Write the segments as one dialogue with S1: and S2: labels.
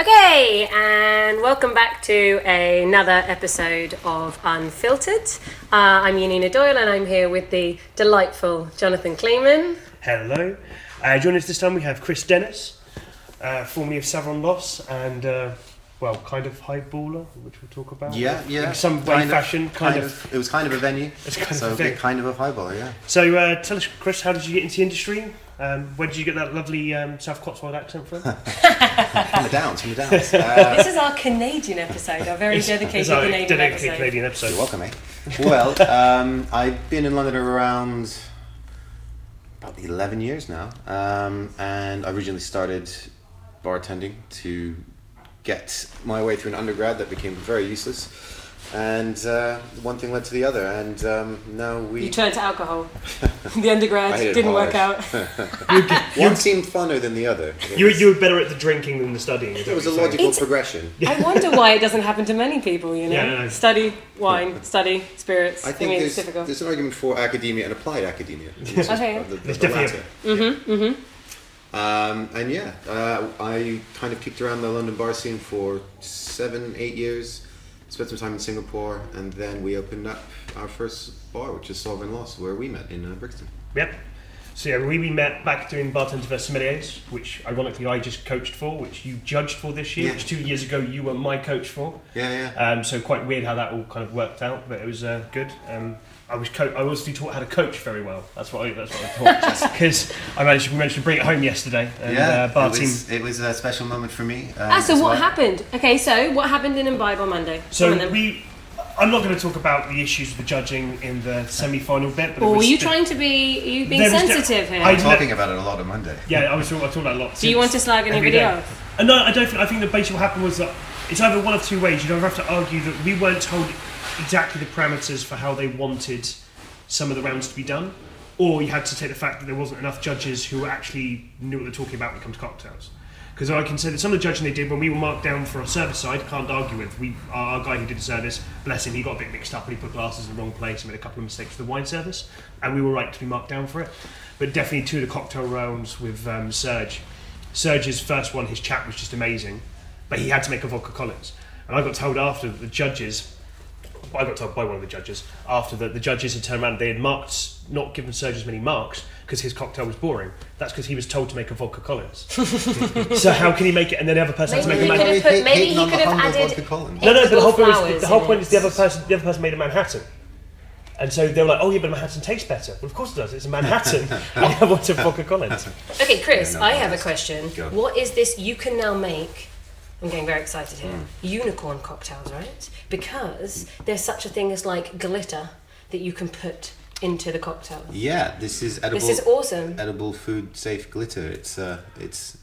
S1: Okay, and welcome back to another episode of Unfiltered. Uh, I'm Yanina Doyle, and I'm here with the delightful Jonathan Kleeman.
S2: Hello. Uh, joining us this time, we have Chris Dennis, uh, formerly of Savon Loss, and uh, well, kind of high baller, which we'll talk about.
S3: Yeah, yeah.
S2: In some way,
S3: Kind of-
S2: fashion, kind of.
S3: It was kind of a venue.
S2: It's kind of
S3: so
S2: a venue.
S3: kind of a highball, yeah.
S2: So, uh, tell us, Chris, how did you get into the industry? Um, where did you get that lovely um, South Cotswold accent from?
S3: From the downs, from the downs. Uh,
S1: This is our Canadian episode, our very dedicated
S2: It's our
S1: Canadian
S2: dedicated
S1: episode.
S2: Canadian
S3: you're
S2: episode.
S3: welcome, eh? Well, um, I've been in London around about 11 years now, um, and I originally started bartending to get my way through an undergrad that became very useless. And uh, one thing led to the other, and um, now we.
S1: You turned to alcohol. the undergrad
S3: I hated
S1: didn't work
S3: Irish.
S1: out.
S3: One seemed funner than the other.
S2: You, you were better at the drinking than the studying.
S3: it was a logical
S1: It's-
S3: progression.
S1: I wonder why it doesn't happen to many people, you know?
S2: Yeah, I know.
S1: Study wine, study spirits.
S3: I think
S1: mean,
S3: there's,
S1: it's difficult.
S3: there's an argument for academia and applied academia.
S1: Okay. Mm-hmm,
S3: The, the,
S2: It's
S3: the
S2: definitely
S3: latter. Um, and yeah, uh, I kind of kicked around the London bar scene for seven, eight years. Spent some time in Singapore, and then we opened up our first bar, which is Sovereign Loss, where we met in uh, Brixton.
S2: Yep. So yeah, we, we met back doing bartender for sommeliers, which ironically I just coached for, which you judged for this year,
S3: Yeah.
S2: which two years ago you were my coach for.
S3: Yeah, yeah.
S2: Um, so quite weird how that all kind of worked out, but it was uh, good. Um, I was co- I obviously taught how to coach very well. That's what I, that's what I taught because I managed we managed to bring it home yesterday. And, uh, bar
S3: it,
S2: team.
S3: was, it was a special moment for me. Um,
S1: ah, so
S3: as
S1: what
S3: well.
S1: happened? Okay, so what happened in Imbibe on Monday? Some of
S2: So
S1: them.
S2: we. I'm not going to talk about the issues with the judging in the semi-final bit, but it
S1: Or were
S2: was
S1: you
S2: the-
S1: trying to be, are you being
S2: There was de-
S1: sensitive here?
S2: I-
S3: Talking about it a lot on Monday.
S2: Yeah, I was talking, I talked about a lot.
S1: Do you want to slag anybody
S2: else?
S1: off?
S2: Uh, no, I don't think. I think the basically what happened was that it's either one of two ways. You'd either have to argue that we weren't told exactly the parameters for how they wanted some of the rounds to be done, or you had to take the fact that there wasn't enough judges who actually knew what they're talking about when it comes to cocktails. Because I can say that some of the judging they did when we were marked down for our service side, can't argue with. We our, our guy who did the service, bless him, he got a bit mixed up and he put glasses in the wrong place and made a couple of mistakes for the wine service, and we were right to be marked down for it. But definitely two of the cocktail rounds with um, Serge. Serge's first one, his chat was just amazing, but he had to make a vodka Collins. And I got told after that the judges, I got told by one of the judges after that the judges had turned around. They had marked, not given Serge as many marks because his cocktail was boring. That's because he was told to make a vodka Collins. so how can he make it? And then the other person had to
S1: Maybe
S2: make
S1: he
S2: a
S1: could have
S2: man-
S1: put,
S3: Hating
S1: maybe he
S3: on
S1: could
S3: the
S1: have
S3: humble
S1: added.
S3: Vodka Collins.
S2: No, no. But the whole point
S1: flowers
S2: is the whole
S1: in
S2: point
S1: it.
S2: is the other person. The other person made a Manhattan. And so they were like, "Oh yeah, but Manhattan tastes better." Well, of course it does. It's a Manhattan. and I want a vodka Collins.
S1: Okay, Chris,
S3: Yeah, no,
S1: I have a
S3: honest.
S1: question.
S3: Go.
S1: What is this you can now make? I'm getting very excited here.
S3: Hmm.
S1: Unicorn cocktails, right? Because there's such a thing as like glitter that you can put into the cocktail.
S3: Yeah, this is edible.
S1: This is awesome.
S3: edible food safe glitter. It's uh, it's,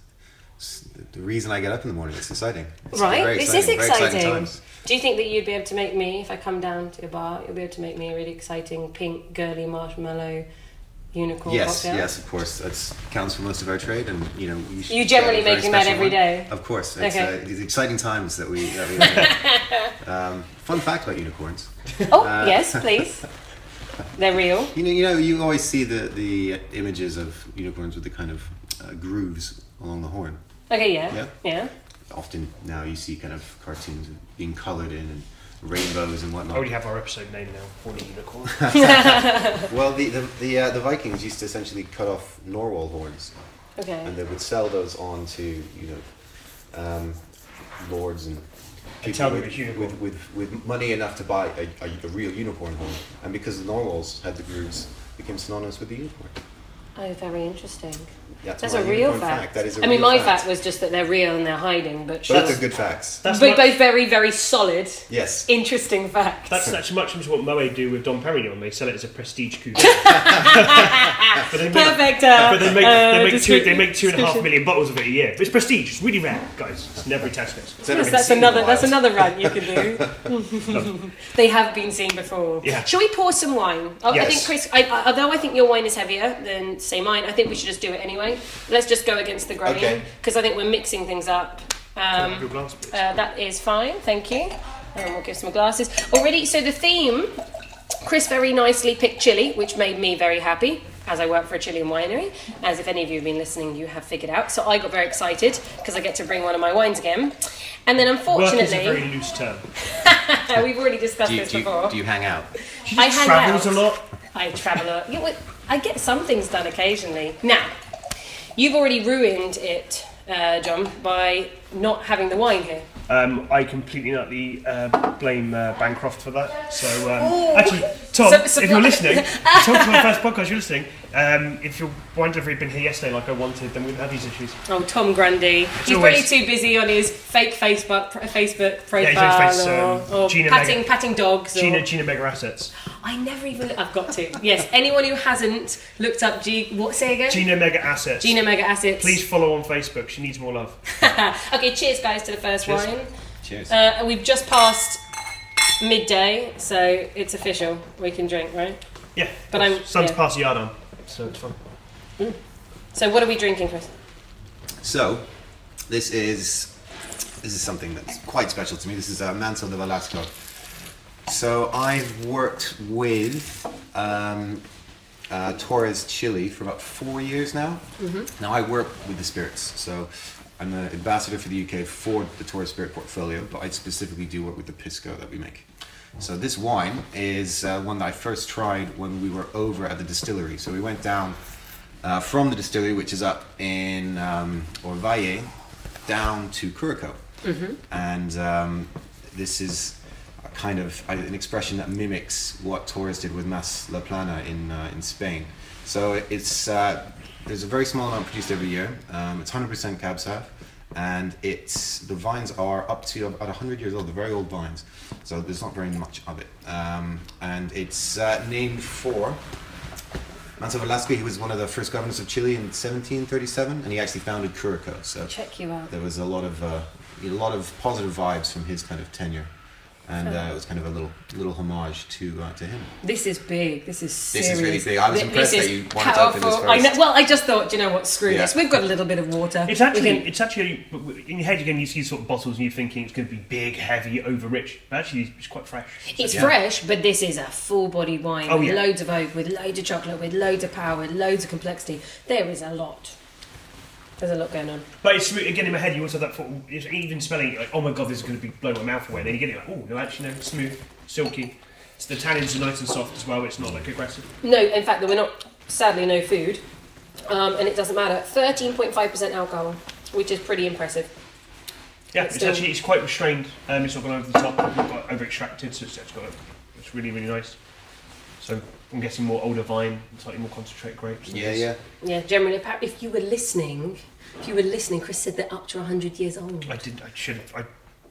S3: it's the reason I get up in the morning. It's exciting. It's
S1: Right?
S3: very
S1: This is
S3: very
S1: exciting.
S3: times.
S1: Do you think that you'd be able to make me, if I come down to your bar, you'll be able to make me a really exciting pink, girly marshmallow unicorn
S3: Yes,
S1: cocktail?
S3: yes, of course. That counts for most of our trade, and you know you. should
S1: You generally
S3: get a very
S1: making that
S3: special
S1: every
S3: one.
S1: day?
S3: Of course, it's,
S1: Okay.
S3: uh, it's exciting times that we. That we live in. um, fun fact about unicorns.
S1: Oh,
S3: Uh,
S1: yes, please. They're real.
S3: You know, you know, you always see the the images of unicorns with the kind of uh, grooves along the horn.
S1: Okay, yeah.
S3: Yeah.
S1: yeah.
S3: Often now you see kind of cartoons being colored in and rainbows and
S2: I
S3: whatnot.
S2: already have our episode name now. Horny unicorn.
S3: Well, the the the, uh, the Vikings used to essentially cut off narwhal horns,
S1: Okay.
S3: and they would sell those on to you know um, lords and people
S2: tell them
S3: with,
S2: it's unicorn.
S3: with, with with money enough to buy a, a, a real unicorn horn. And because the narwhals had the grooves, it became synonymous with the unicorn.
S1: Oh, very interesting.
S3: That's,
S1: That's
S3: my
S1: a real
S3: unicorn
S1: fact.
S3: That is a
S1: I mean,
S3: real
S1: my fact. was just that they're real and they're hiding, but,
S3: But that's
S1: sure.
S3: a good fact.
S2: That's
S1: but
S2: not-
S1: both very, very solid,
S3: Yes.
S1: interesting facts.
S2: That's that's much as what Moe do with Dom Perignon. They sell it as a prestige coupe. but they make,
S1: Perfect. Uh,
S2: but they make,
S1: uh,
S2: they make two
S1: descrip-
S2: they make two and a half
S1: description.
S2: million bottles of it a year. It's prestige. It's really rare, guys. It's never tested.
S3: It's never
S1: Yes,
S3: been
S1: that's
S3: seen in the
S1: another. That's
S3: wild.
S1: another rant you can do. they have been seen before.
S2: Yeah.
S1: Shall we pour some wine? Oh, I
S2: Yes.
S1: think Chris. I, I, although I think your wine is heavier than say mine, I think we should just do it anyway. Let's just go against the grain
S3: Okay.
S1: because I think we're mixing things up. Um,
S2: Your glass, please.
S1: Uh, that is fine, thank you. And we'll give some glasses. Already, so the theme, Chris very nicely picked chili, which made me very happy. as I work for a Chilean winery, as if any of you have been listening, you have figured out. So I got very excited because I get to bring one of my wines again. And then
S2: Work
S1: unfortunately, uh,
S2: is a very loose term.
S1: we've already discussed
S3: Do you,
S1: this
S3: do, you,
S1: before.
S3: do you hang out?
S2: She
S1: I
S2: just
S1: hang
S2: travels
S1: out.
S2: a lot.
S1: I travel a yeah, well, I get some things done occasionally. Now, you've already ruined it, uh, John, by not having the wine here.
S2: Um, I completely and utterly uh, blame uh, Bancroft for that. So um, actually, Tom,
S1: So- so-
S2: if you're listening, Tom, for my first podcast, you're listening. Um, if your wine delivery had been here yesterday, like I wanted, then we'd have these issues.
S1: Oh, Tom Grundy. He's probably
S2: always-
S1: too busy on his fake Facebook pr- Facebook
S2: he's
S1: profile
S2: on face,
S1: or,
S2: um,
S1: or
S2: Gina
S1: patting patting dogs. or-
S2: Gina, Gina Mega Assets.
S1: I never even. I've got to. Yes. Anyone who hasn't looked up G. What say again?
S2: Gina Mega Assets.
S1: Gina Mega Assets.
S2: Please follow on Facebook. She needs more love.
S1: okay. Cheers, guys, to the first
S2: Cheers.
S1: wine.
S3: Cheers.
S1: Uh, and we've just passed midday, so it's official. We can drink, right?
S2: Yeah.
S1: But I'm-
S2: Sun's
S1: yeah.
S2: past the yard on, so it's fun.
S1: So what are we drinking, Chris?
S3: So, this is this is something that's quite special to me. This is uh, Manso de Velasco. So I've worked with um, uh, Torres Chile for about four years now. Now I work with the spirits, so I'm the ambassador for the UK for the Torres Spirit portfolio, but I specifically do work with the pisco that we make. So this wine is uh, one that I first tried when we were over at the distillery. So we went down uh, from the distillery, which is up in um, Orvalle, down to Curacao, and um, this is a kind of uh, an expression that mimics what Torres did with Mas La Plana in uh, in Spain. So it's uh, there's a very small amount produced every year. Um, it's 100% cab sav, and it's the vines are up to about 100 years old. They're very old vines, so there's not very much of it. Um, and it's uh, named for Manso Velasco. He was one of the first governors of Chile in 1737, and he actually founded Curacao. So
S1: Check you out.
S3: there was a lot of uh, a lot of positive vibes from his kind of tenure, and uh, it was kind of a little little homage to uh, to him.
S1: This is big. This is serious.
S3: This is really big. I was
S1: Th-
S3: impressed
S1: this
S3: that
S1: is
S3: you wanted to open this
S1: powerful. I
S3: first.
S1: know, well, I just thought, you know what? Screw
S3: Yeah.
S1: this. We've got a little bit of water.
S2: It's
S1: We
S2: actually,
S1: can-
S2: it's actually in your head. You're going to see sort of bottles, and you're thinking it's going to be big, heavy, over rich. But actually, it's quite fresh.
S1: It's
S3: Yeah.
S1: fresh, but this is a full-body wine
S2: Oh,
S1: with
S2: yeah.
S1: loads of oak, with loads of chocolate, with loads of power, with loads of complexity. There is a lot. There's a lot going on.
S2: But it's again in my head. You also have that thought, it's even smelling it, like, oh my god, this is going to be blow my mouth away. Then you get it like, oh no, actually no, it's smooth, silky. It's the tannins are nice and soft as well. It's not like aggressive.
S1: No, in fact, there were not. Sadly, no food, um, and it doesn't matter. Thirteen point five percent alcohol, which is pretty impressive.
S2: Yeah,
S1: It's
S2: it's,
S1: still-
S2: actually it's quite restrained. Um, it's not gone over the top, not got over extracted, so it's, it's got it's really really nice. So I'm getting more older vine, slightly more concentrated grapes.
S3: Yeah, yeah.
S1: Yeah, generally. appa- If you were listening, if you were listening, Chris said they're up to hundred years old.
S2: I did. I should have. I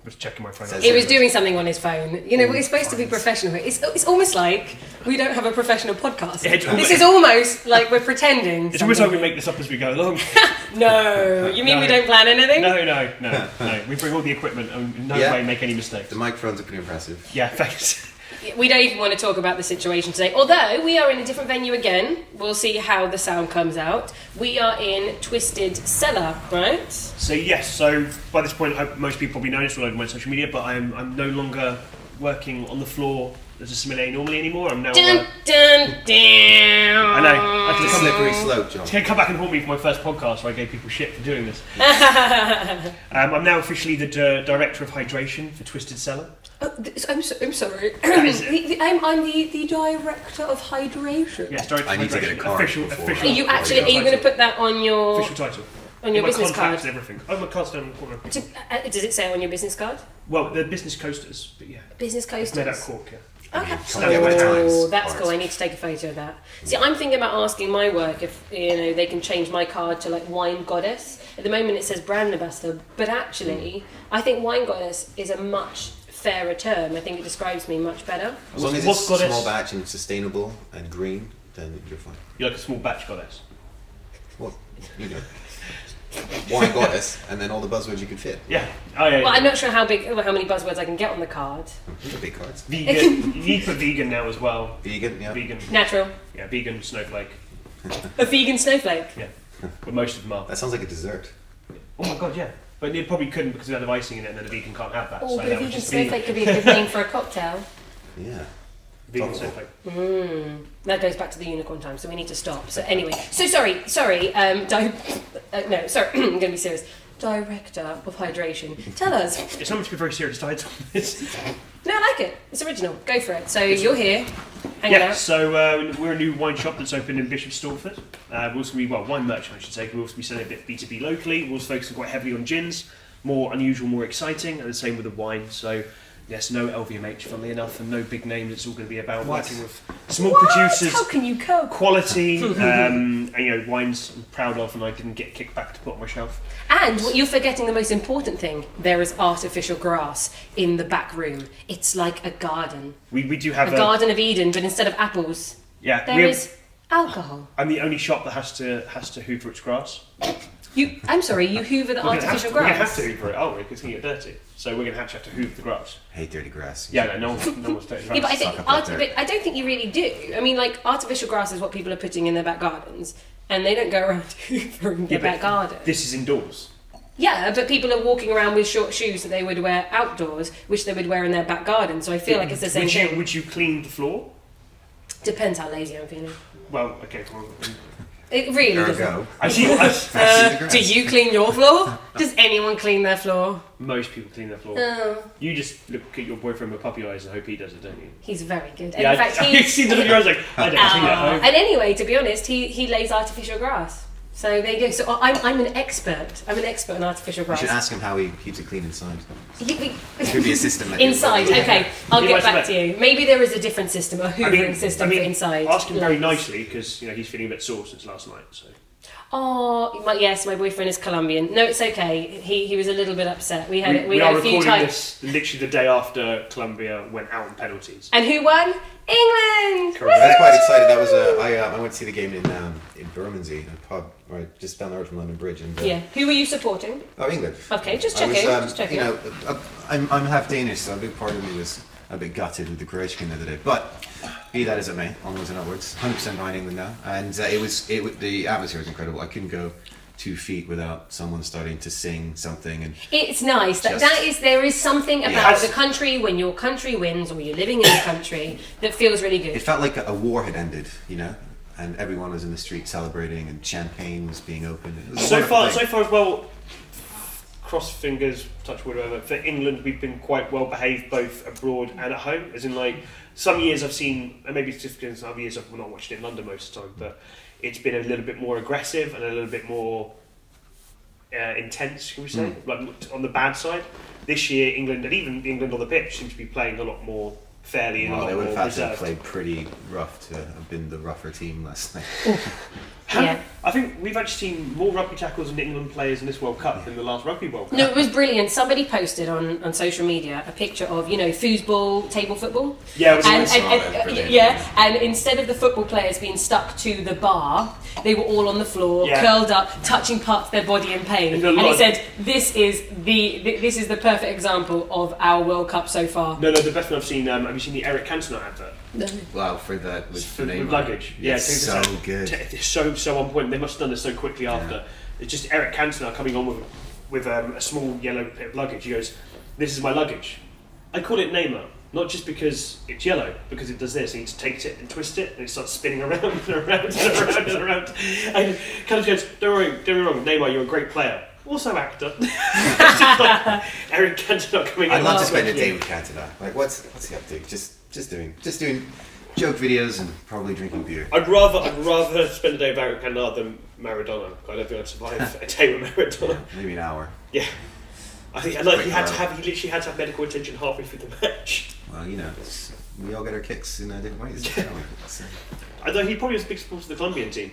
S2: was checking my phone.
S3: Says
S1: He
S2: It
S1: was doing something on his phone. You know,
S2: Oh,
S1: we're supposed to be
S2: fine.
S1: professional. here. It's, it's almost like we don't have a professional podcast.
S2: Yeah, it's
S1: this is almost like we're pretending.
S2: It's almost like we
S1: something.
S2: make this up as we go along.
S1: No, you mean we
S2: No.
S1: don't plan anything?
S2: No, no, no, no. We bring all the equipment and in no
S3: Yeah.
S2: way make any mistakes.
S3: The microphones are pretty impressive.
S2: Yeah, thanks.
S1: We don't even want to talk about the situation today. Although we are in a different venue again, we'll see how the sound comes out. We are in Twisted Cellar, right?
S2: So yes, so by this point, I hope most people probably know this all over my social media, but I'm I'm no longer working on the floor as a sommelier normally anymore. I'm now. Uh,
S1: Dun dun dun.
S2: I know. I
S3: It's a
S2: can come,
S3: slippery slope, John.
S2: it's gonna come back and haunt me for my first podcast where I gave people shit for doing this. um, I'm now officially the d- director of hydration for Twisted Cellar.
S1: Oh, th- I'm, so, I'm sorry.
S2: is it.
S1: The- the- I'm, I'm the, the director of hydration.
S2: Yes, director
S3: I
S2: of
S3: need to
S2: hydration.
S3: get a card
S2: official,
S3: before-
S1: Are
S2: official,
S1: you actually? Are you going to put that on your
S2: official title.
S1: on your
S2: my
S1: business
S2: contacts
S1: card?
S2: and everything. Oh, my card's down in the corner.
S1: Do- uh, does it say on your business card?
S2: Well, the business coasters, but yeah,
S1: Business coasters.
S2: made out of cork. Yeah.
S1: Okay.
S3: Can't get my
S1: Oh,
S3: times.
S1: that's
S3: Alright.
S1: cool. I need to take a photo of that. See, I'm thinking about asking my work if you know they can change my card to like wine goddess. At the moment, it says brand ambassador, but actually,
S2: Hmm.
S1: I think wine goddess is a much fairer term. I think it describes me much better.
S3: As long as
S2: What's
S3: it's
S2: got us-
S3: small batch and sustainable and green, then you're fine.
S2: You're like a small batch goddess.
S3: Well, you know, wine goddess, and then all the buzzwords you could fit.
S2: Yeah. Oh
S1: Well,
S2: yeah. yeah.
S1: I'm not sure how big, how many buzzwords I can get on the card.
S3: The big cards.
S2: Vegan. you need to put vegan now as well.
S3: Vegan, yeah.
S2: Vegan.
S1: Natural.
S2: Yeah, vegan snowflake.
S1: A vegan snowflake.
S2: Yeah. But most of them are.
S3: That sounds like a dessert.
S2: Oh my god, yeah. But they probably couldn't because they had icing in it, and then a vegan can't have that.
S1: Oh,
S2: so
S1: but
S2: that
S1: a
S2: would
S1: vegan
S2: just be-
S1: snowflake could be a good name for a cocktail.
S3: Yeah.
S2: vegan
S3: Thoughtful.
S2: sourdough.
S1: Mm, that goes back to the unicorn time, so we need to stop. So anyway, so sorry, sorry. Um, di- uh, no, sorry. I'm going to be serious. Director of hydration, tell us.
S2: It's not meant to be very serious diet on this.
S1: No, I like it. It's original. Go for it. So you're here, hanging
S2: Yeah, so uh, we're a new wine shop that's opened in Bishop Stortford. Uh, we're also going to be, well, wine merchant, I should say. We'll also be selling a bit B2B locally. We're also focusing quite heavily on gins, more unusual, more exciting, and the same with the wine. So, yes, no LVMH, funnily enough, and no big names. It's all going to be about
S3: What?
S2: working with small
S1: out.
S2: producers.
S1: How can you cope?
S2: Quality, um, and you know, wines I'm proud of, and I didn't get kicked back to put on my shelf.
S1: And what you're forgetting the most important thing there is artificial grass in the back room. It's like a garden.
S2: We, we do
S1: A
S2: have a,
S1: garden of Eden, but instead of apples,
S2: yeah.
S1: Oh there
S2: we have-
S1: is alcohol.
S2: I'm the only shop that has to has to hoover its grass.
S1: You, I'm sorry, you hoover the
S2: We're gonna have
S1: artificial
S2: to, we're
S1: grass.
S2: gonna have to hoover it, aren't we? 'Cause it's going to get dirty. So we're going to actually have to hoover the grass.
S3: Hate dirty grass.
S2: Yeah, no, no, one, no one's dirty grass.
S1: Yeah, but I
S3: Suck
S1: think
S3: up
S1: art-
S3: that
S1: but I don't think you really do. I mean, like artificial grass is what people are putting in their back gardens, and they don't go around hoovering their
S2: Yeah, but
S1: back garden.
S2: This is indoors.
S1: yeah, but people are walking around with short shoes that they would wear outdoors, which they would wear in their back garden. So I feel like it's the same
S2: would
S1: thing.
S2: You, would you clean the floor?
S1: Depends how lazy I'm feeling.
S2: Well, okay, come on.
S1: It really
S3: There we
S1: doesn't.
S3: go.
S2: I see. I,
S1: Uh, do you clean your floor? Does anyone clean their floor?
S2: most people clean their floor.
S1: Oh,
S2: You just look at your boyfriend with puppy eyes and hope he does it, don't you?
S1: he's very good. And
S2: yeah,
S1: in fact,
S2: I,
S1: he,
S2: I see the look in your eyes like I don't clean at
S1: Ah.
S2: home.
S1: and anyway, to be honest, he, he lays artificial grass. So there you go. So I'm, I'm an expert. I'm an expert on artificial
S3: You should
S1: grass.
S3: ask him how he keeps it clean inside.
S1: You-
S3: Could be a system. Like
S1: inside. Okay, I'll
S2: You
S1: get
S2: must
S1: back
S2: admit.
S1: to you. Maybe there is a different system, a hoovering system for inside.
S2: Ask him very
S1: lights.
S2: nicely because you know he's feeling a bit sore since last night. So
S1: Oh, my, yes, my boyfriend is Colombian. No, it's okay. He he was a little bit upset. We had
S2: we,
S1: it.
S2: we
S1: We, had
S2: are
S1: a few
S2: recording
S1: times.
S2: this literally the day after Colombia went out on penalties.
S1: And who won? England.
S2: Correct.
S3: I was quite excited. That was uh, I, uh, I went to see the game in um, in Bermondsey, in a pub right just down the road from London Bridge. And, uh,
S1: Yeah. Who were you supporting?
S3: Oh, England.
S1: Okay, just
S3: I was,
S1: checking,
S3: um,
S1: just checking.
S3: You know, uh, I'm, I'm half Danish, so a big part of me was a bit gutted with the Croatian game the other day. But be that as it may, onwards and upwards, 100% behind England now. And uh, it was it wa- the atmosphere was incredible. I couldn't go two feet without someone starting to sing something. And
S1: It's nice that
S3: Just-
S1: that is there is something about
S3: Yes.
S1: the country when your country wins or you're living in the country that feels really
S3: it
S1: good.
S3: felt like a, a war had ended, you know. And everyone was in the street celebrating, and champagne was being opened. It was a
S2: So
S3: wonderful
S2: far,
S3: thing.
S2: so far as well. Cross fingers, touch wood, whatever. For England, we've been quite well behaved both abroad and at home. As in, like some years I've seen, and maybe it's just because other years I've not watched it in London most of the time, but it's been a little bit more aggressive and a little bit more uh, intense. Can we say
S3: Hmm.
S2: like on the bad side? This year, England and even England on the pitch seems to be playing a lot more fairly and a
S3: Well,
S2: lot
S3: they would have
S2: more
S3: had to
S2: reserved.
S3: have played pretty rough to have been the rougher team last night.
S2: Have-
S1: Yeah.
S2: I think we've actually seen more rugby tackles and England players in this World Cup than the last Rugby World Cup.
S1: No, it was brilliant. Somebody posted on, on social media a picture of you know foosball, table football,
S2: Yeah, it was
S1: and,
S3: I saw
S1: and-
S3: that,
S1: and-
S3: brilliant.
S1: yeah, and instead of the football players being stuck to the bar, they were all on the floor,
S2: Yeah.
S1: curled up, touching parts of their body in pain.
S2: There's a
S1: And
S2: lot
S1: he
S2: of-
S1: said, "This is the th- this is the perfect example of our World Cup so far."
S2: No, no, the best one I've seen. Um, have you seen the Eric Cantona advert?
S3: Wow, for that with
S2: For
S3: the name
S2: with luggage. Yeah,
S3: it's
S2: take this
S3: so
S2: out.
S3: good.
S2: T- It's so so on point. They must have done this so quickly after. It's just Eric Cantona coming on with with um, a small yellow bit of luggage. He goes, "This is my luggage." I call it Neymar, not just because it's yellow, because it does this. And he just takes it and twists it, and it starts spinning around and around and around and around. And kind of goes, "Don't worry, don't get me wrong, Neymar, you're a great player." Also, actor. It's just like Eric Cantona coming
S3: I'd
S2: in.
S3: love
S1: Oh,
S3: to spend a day
S2: yeah.
S3: with Cantona. Like, what's what's he up to? Just just doing just doing joke videos and probably drinking beer.
S2: I'd rather I'd rather spend a day with Eric Cantona than Maradona. I don't think I'd survive a day with Maradona.
S3: Maybe an hour.
S2: Yeah. I think and like he
S3: Quick
S2: had to
S3: round.
S2: have he literally had to have medical attention halfway through the match.
S3: Well, you know, it's- we all get our kicks in uh, different ways. don't we? So-
S2: Although he probably was a big supporter of the Colombian team.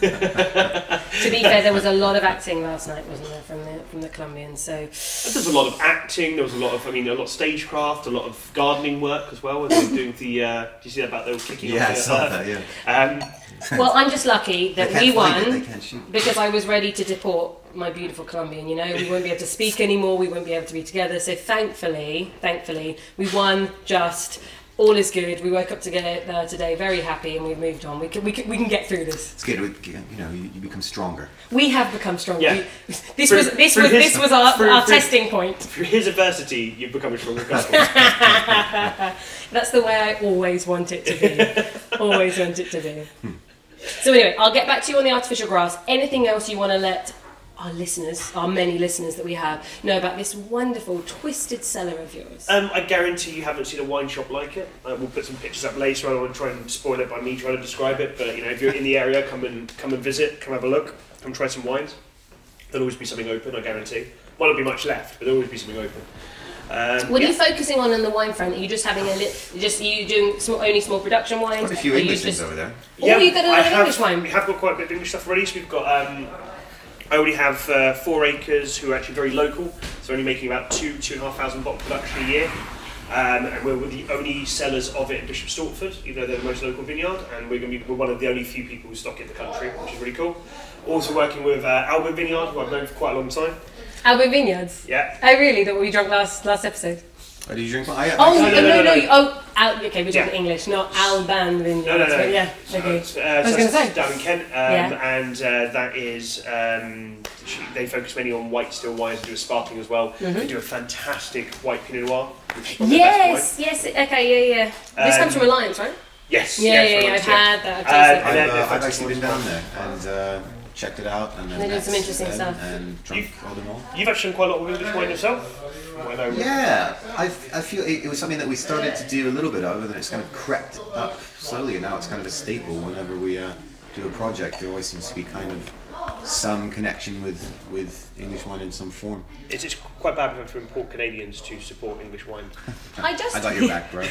S1: to be fair, there was a lot of acting last night, wasn't there, from the from the Colombians? So
S2: There was a lot of acting. There was a lot of I mean a lot of stagecraft, a lot of gardening work as well. And they were doing the uh, did you see that about they were kicking?
S3: yeah,
S2: off
S3: I
S2: the,
S3: saw that. Yeah,
S2: Um,
S1: well, I'm just lucky
S3: they
S1: that
S3: can't
S1: we
S3: find
S1: won.
S3: it, They can't shoot.
S1: because I was ready to deport my beautiful Colombian. You know, we won't be able to speak anymore. We won't be able to be together. So thankfully, thankfully, we won just all is good. We woke up together uh, today very happy and we've moved on. We can, we can, we can get through this.
S3: It's good. we- You know, you, you become stronger.
S1: We have become stronger.
S4: Yeah.
S1: We- this
S4: For-
S1: was this
S4: for
S1: was
S4: his-
S1: this was our,
S4: for-
S1: our
S4: for-
S1: testing point.
S4: Through his adversity, you've become a stronger couple.
S1: That's the way I always want it to be. always want it to be. So anyway, I'll get back to you on the artificial grass. Anything else you want to let our listeners, our many listeners that we have, know about this wonderful twisted cellar of yours?
S2: Um, I guarantee you haven't seen a wine shop like it. Uh, we'll put some pictures up later. I don't want to try and spoil it by me trying to describe it, but you know, if you're in the area, come and come and visit, come have a look, come try some wines. There'll always be something open. I guarantee. Might not be much left, but there'll always be something open. Um,
S1: What are you focusing on in the wine front? Are you just having a little, just are you doing small, only small production wines?
S3: Quite a few
S1: Are you
S3: English things
S1: just-
S3: over there.
S1: Oh, you got
S2: I
S1: another
S2: have-
S1: English
S2: We
S1: wine.
S2: have got quite a bit of English stuff already. So we've got. Um, I already have uh, four acres who are actually very local. So only making about two two and a half thousand bottle production a year. Um, and we're, we're the only sellers of it in Bishop Stortford, even though they're the most local vineyard, and we're going to be we're one of the only few people who stock it in the country, which is really cool. Also working with uh, Albert Vineyard, who I've known for quite a long time.
S1: Albert Vineyards.
S2: Yeah,
S1: Oh really? That we drank last last episode.
S3: Oh, do you drink? I,
S1: Oh no
S2: no,
S1: no
S2: no,
S1: no!
S2: no.
S1: you- Oh, Al, okay, we're
S2: Yeah.
S1: talking English, not Alban Vineyards.
S2: No, no, no.
S1: But yeah,
S2: So
S1: okay.
S2: it's, uh,
S1: was
S2: so
S1: gonna
S2: that's
S1: say.
S2: down in Kent, um,
S1: Yeah.
S2: and uh, that is um, she- they focus mainly on white still wines. They do a sparkling as well.
S1: Mm-hmm.
S2: They do a fantastic white Pinot Noir. which is probably the best
S1: Yes, yes, okay, yeah, yeah. This
S2: Um,
S1: comes from Alliance, right?
S2: wine. Yes.
S1: Yeah,
S2: yes,
S1: yeah,
S2: very
S1: yeah.
S2: much,
S1: I've had that. I've tasted
S2: Um,
S1: it.
S2: and
S3: I've,
S2: then
S3: uh,
S2: if
S3: I've
S2: it's
S3: actually been down there and uh, checked it out, and then
S1: They did some
S3: met
S1: interesting
S3: them
S1: stuff.
S3: And drunk all them all.
S2: You've actually done quite a lot with English wine yourself. Well, I know.
S3: Yeah, I, f- I feel it, it was something that we started to do a little bit of, and it's kind of crept up slowly, and now it's kind of a staple. Whenever we uh, do a project, there always seems to be kind of some connection with with English wine in some form.
S2: It's, it's quite bad for import Canadians to support English wine.
S1: I just,
S3: I got your back, bro.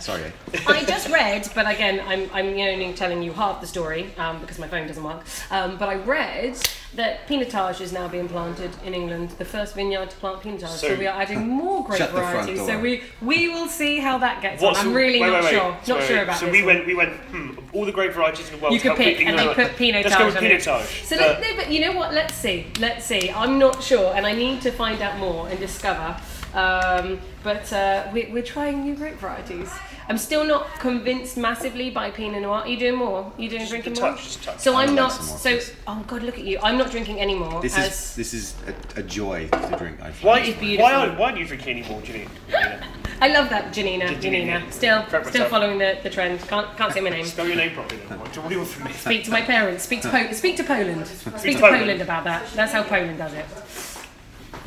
S3: Sorry.
S1: I just read, but again, I'm, I'm only telling you half the story um, because my phone doesn't work. Um, but I read that pinotage is now being planted in England, the first vineyard to plant pinotage. So,
S2: So-
S1: we are adding more grape
S3: Shut the front
S1: varieties. So
S3: door.
S1: we we will see how that gets
S2: What's-
S1: on. I'm really
S2: wait,
S1: not
S2: wait, wait.
S1: sure, not
S2: Sorry.
S1: sure about
S2: So
S1: this
S2: we
S1: one.
S2: went. We went. Hmm. of All the great varieties in the world.
S1: You could
S2: how
S1: pick,
S2: big
S1: and they
S2: Pinot-
S1: put Pinot
S2: Let's go with
S1: Targe on it.
S2: pinotage.
S1: So
S2: Uh,
S1: let, no, but you know what? Let's see. Let's see. I'm not sure, and I need to find out more and discover. Um, but uh, we, we're trying new grape varieties. I'm still not convinced massively by Pinot Noir. Are you doing more? Are you doing drinking
S2: a
S1: more?
S2: touch, just a touch.
S1: So
S3: I'd
S1: I'm
S3: like
S1: not.
S3: some more,
S1: So
S3: please.
S1: oh god, look at you. I'm not drinking anymore.
S3: This
S1: as,
S3: is this is a, a joy to drink. I
S2: why,
S1: It's
S2: why,
S1: beautiful.
S2: aren't, why aren't you drinking anymore, Janine? Janina?
S1: I love that, Janina.
S2: Janina.
S1: Janina. Still,
S2: Correct
S1: still
S2: myself.
S1: following the, the trend. Can't can't say my name.
S2: Spell your name properly. then. What do you want from me?
S1: Speak to my parents. Speak to po- speak to Poland. Speak to
S2: Poland.
S1: Poland about that. That's how Poland does it.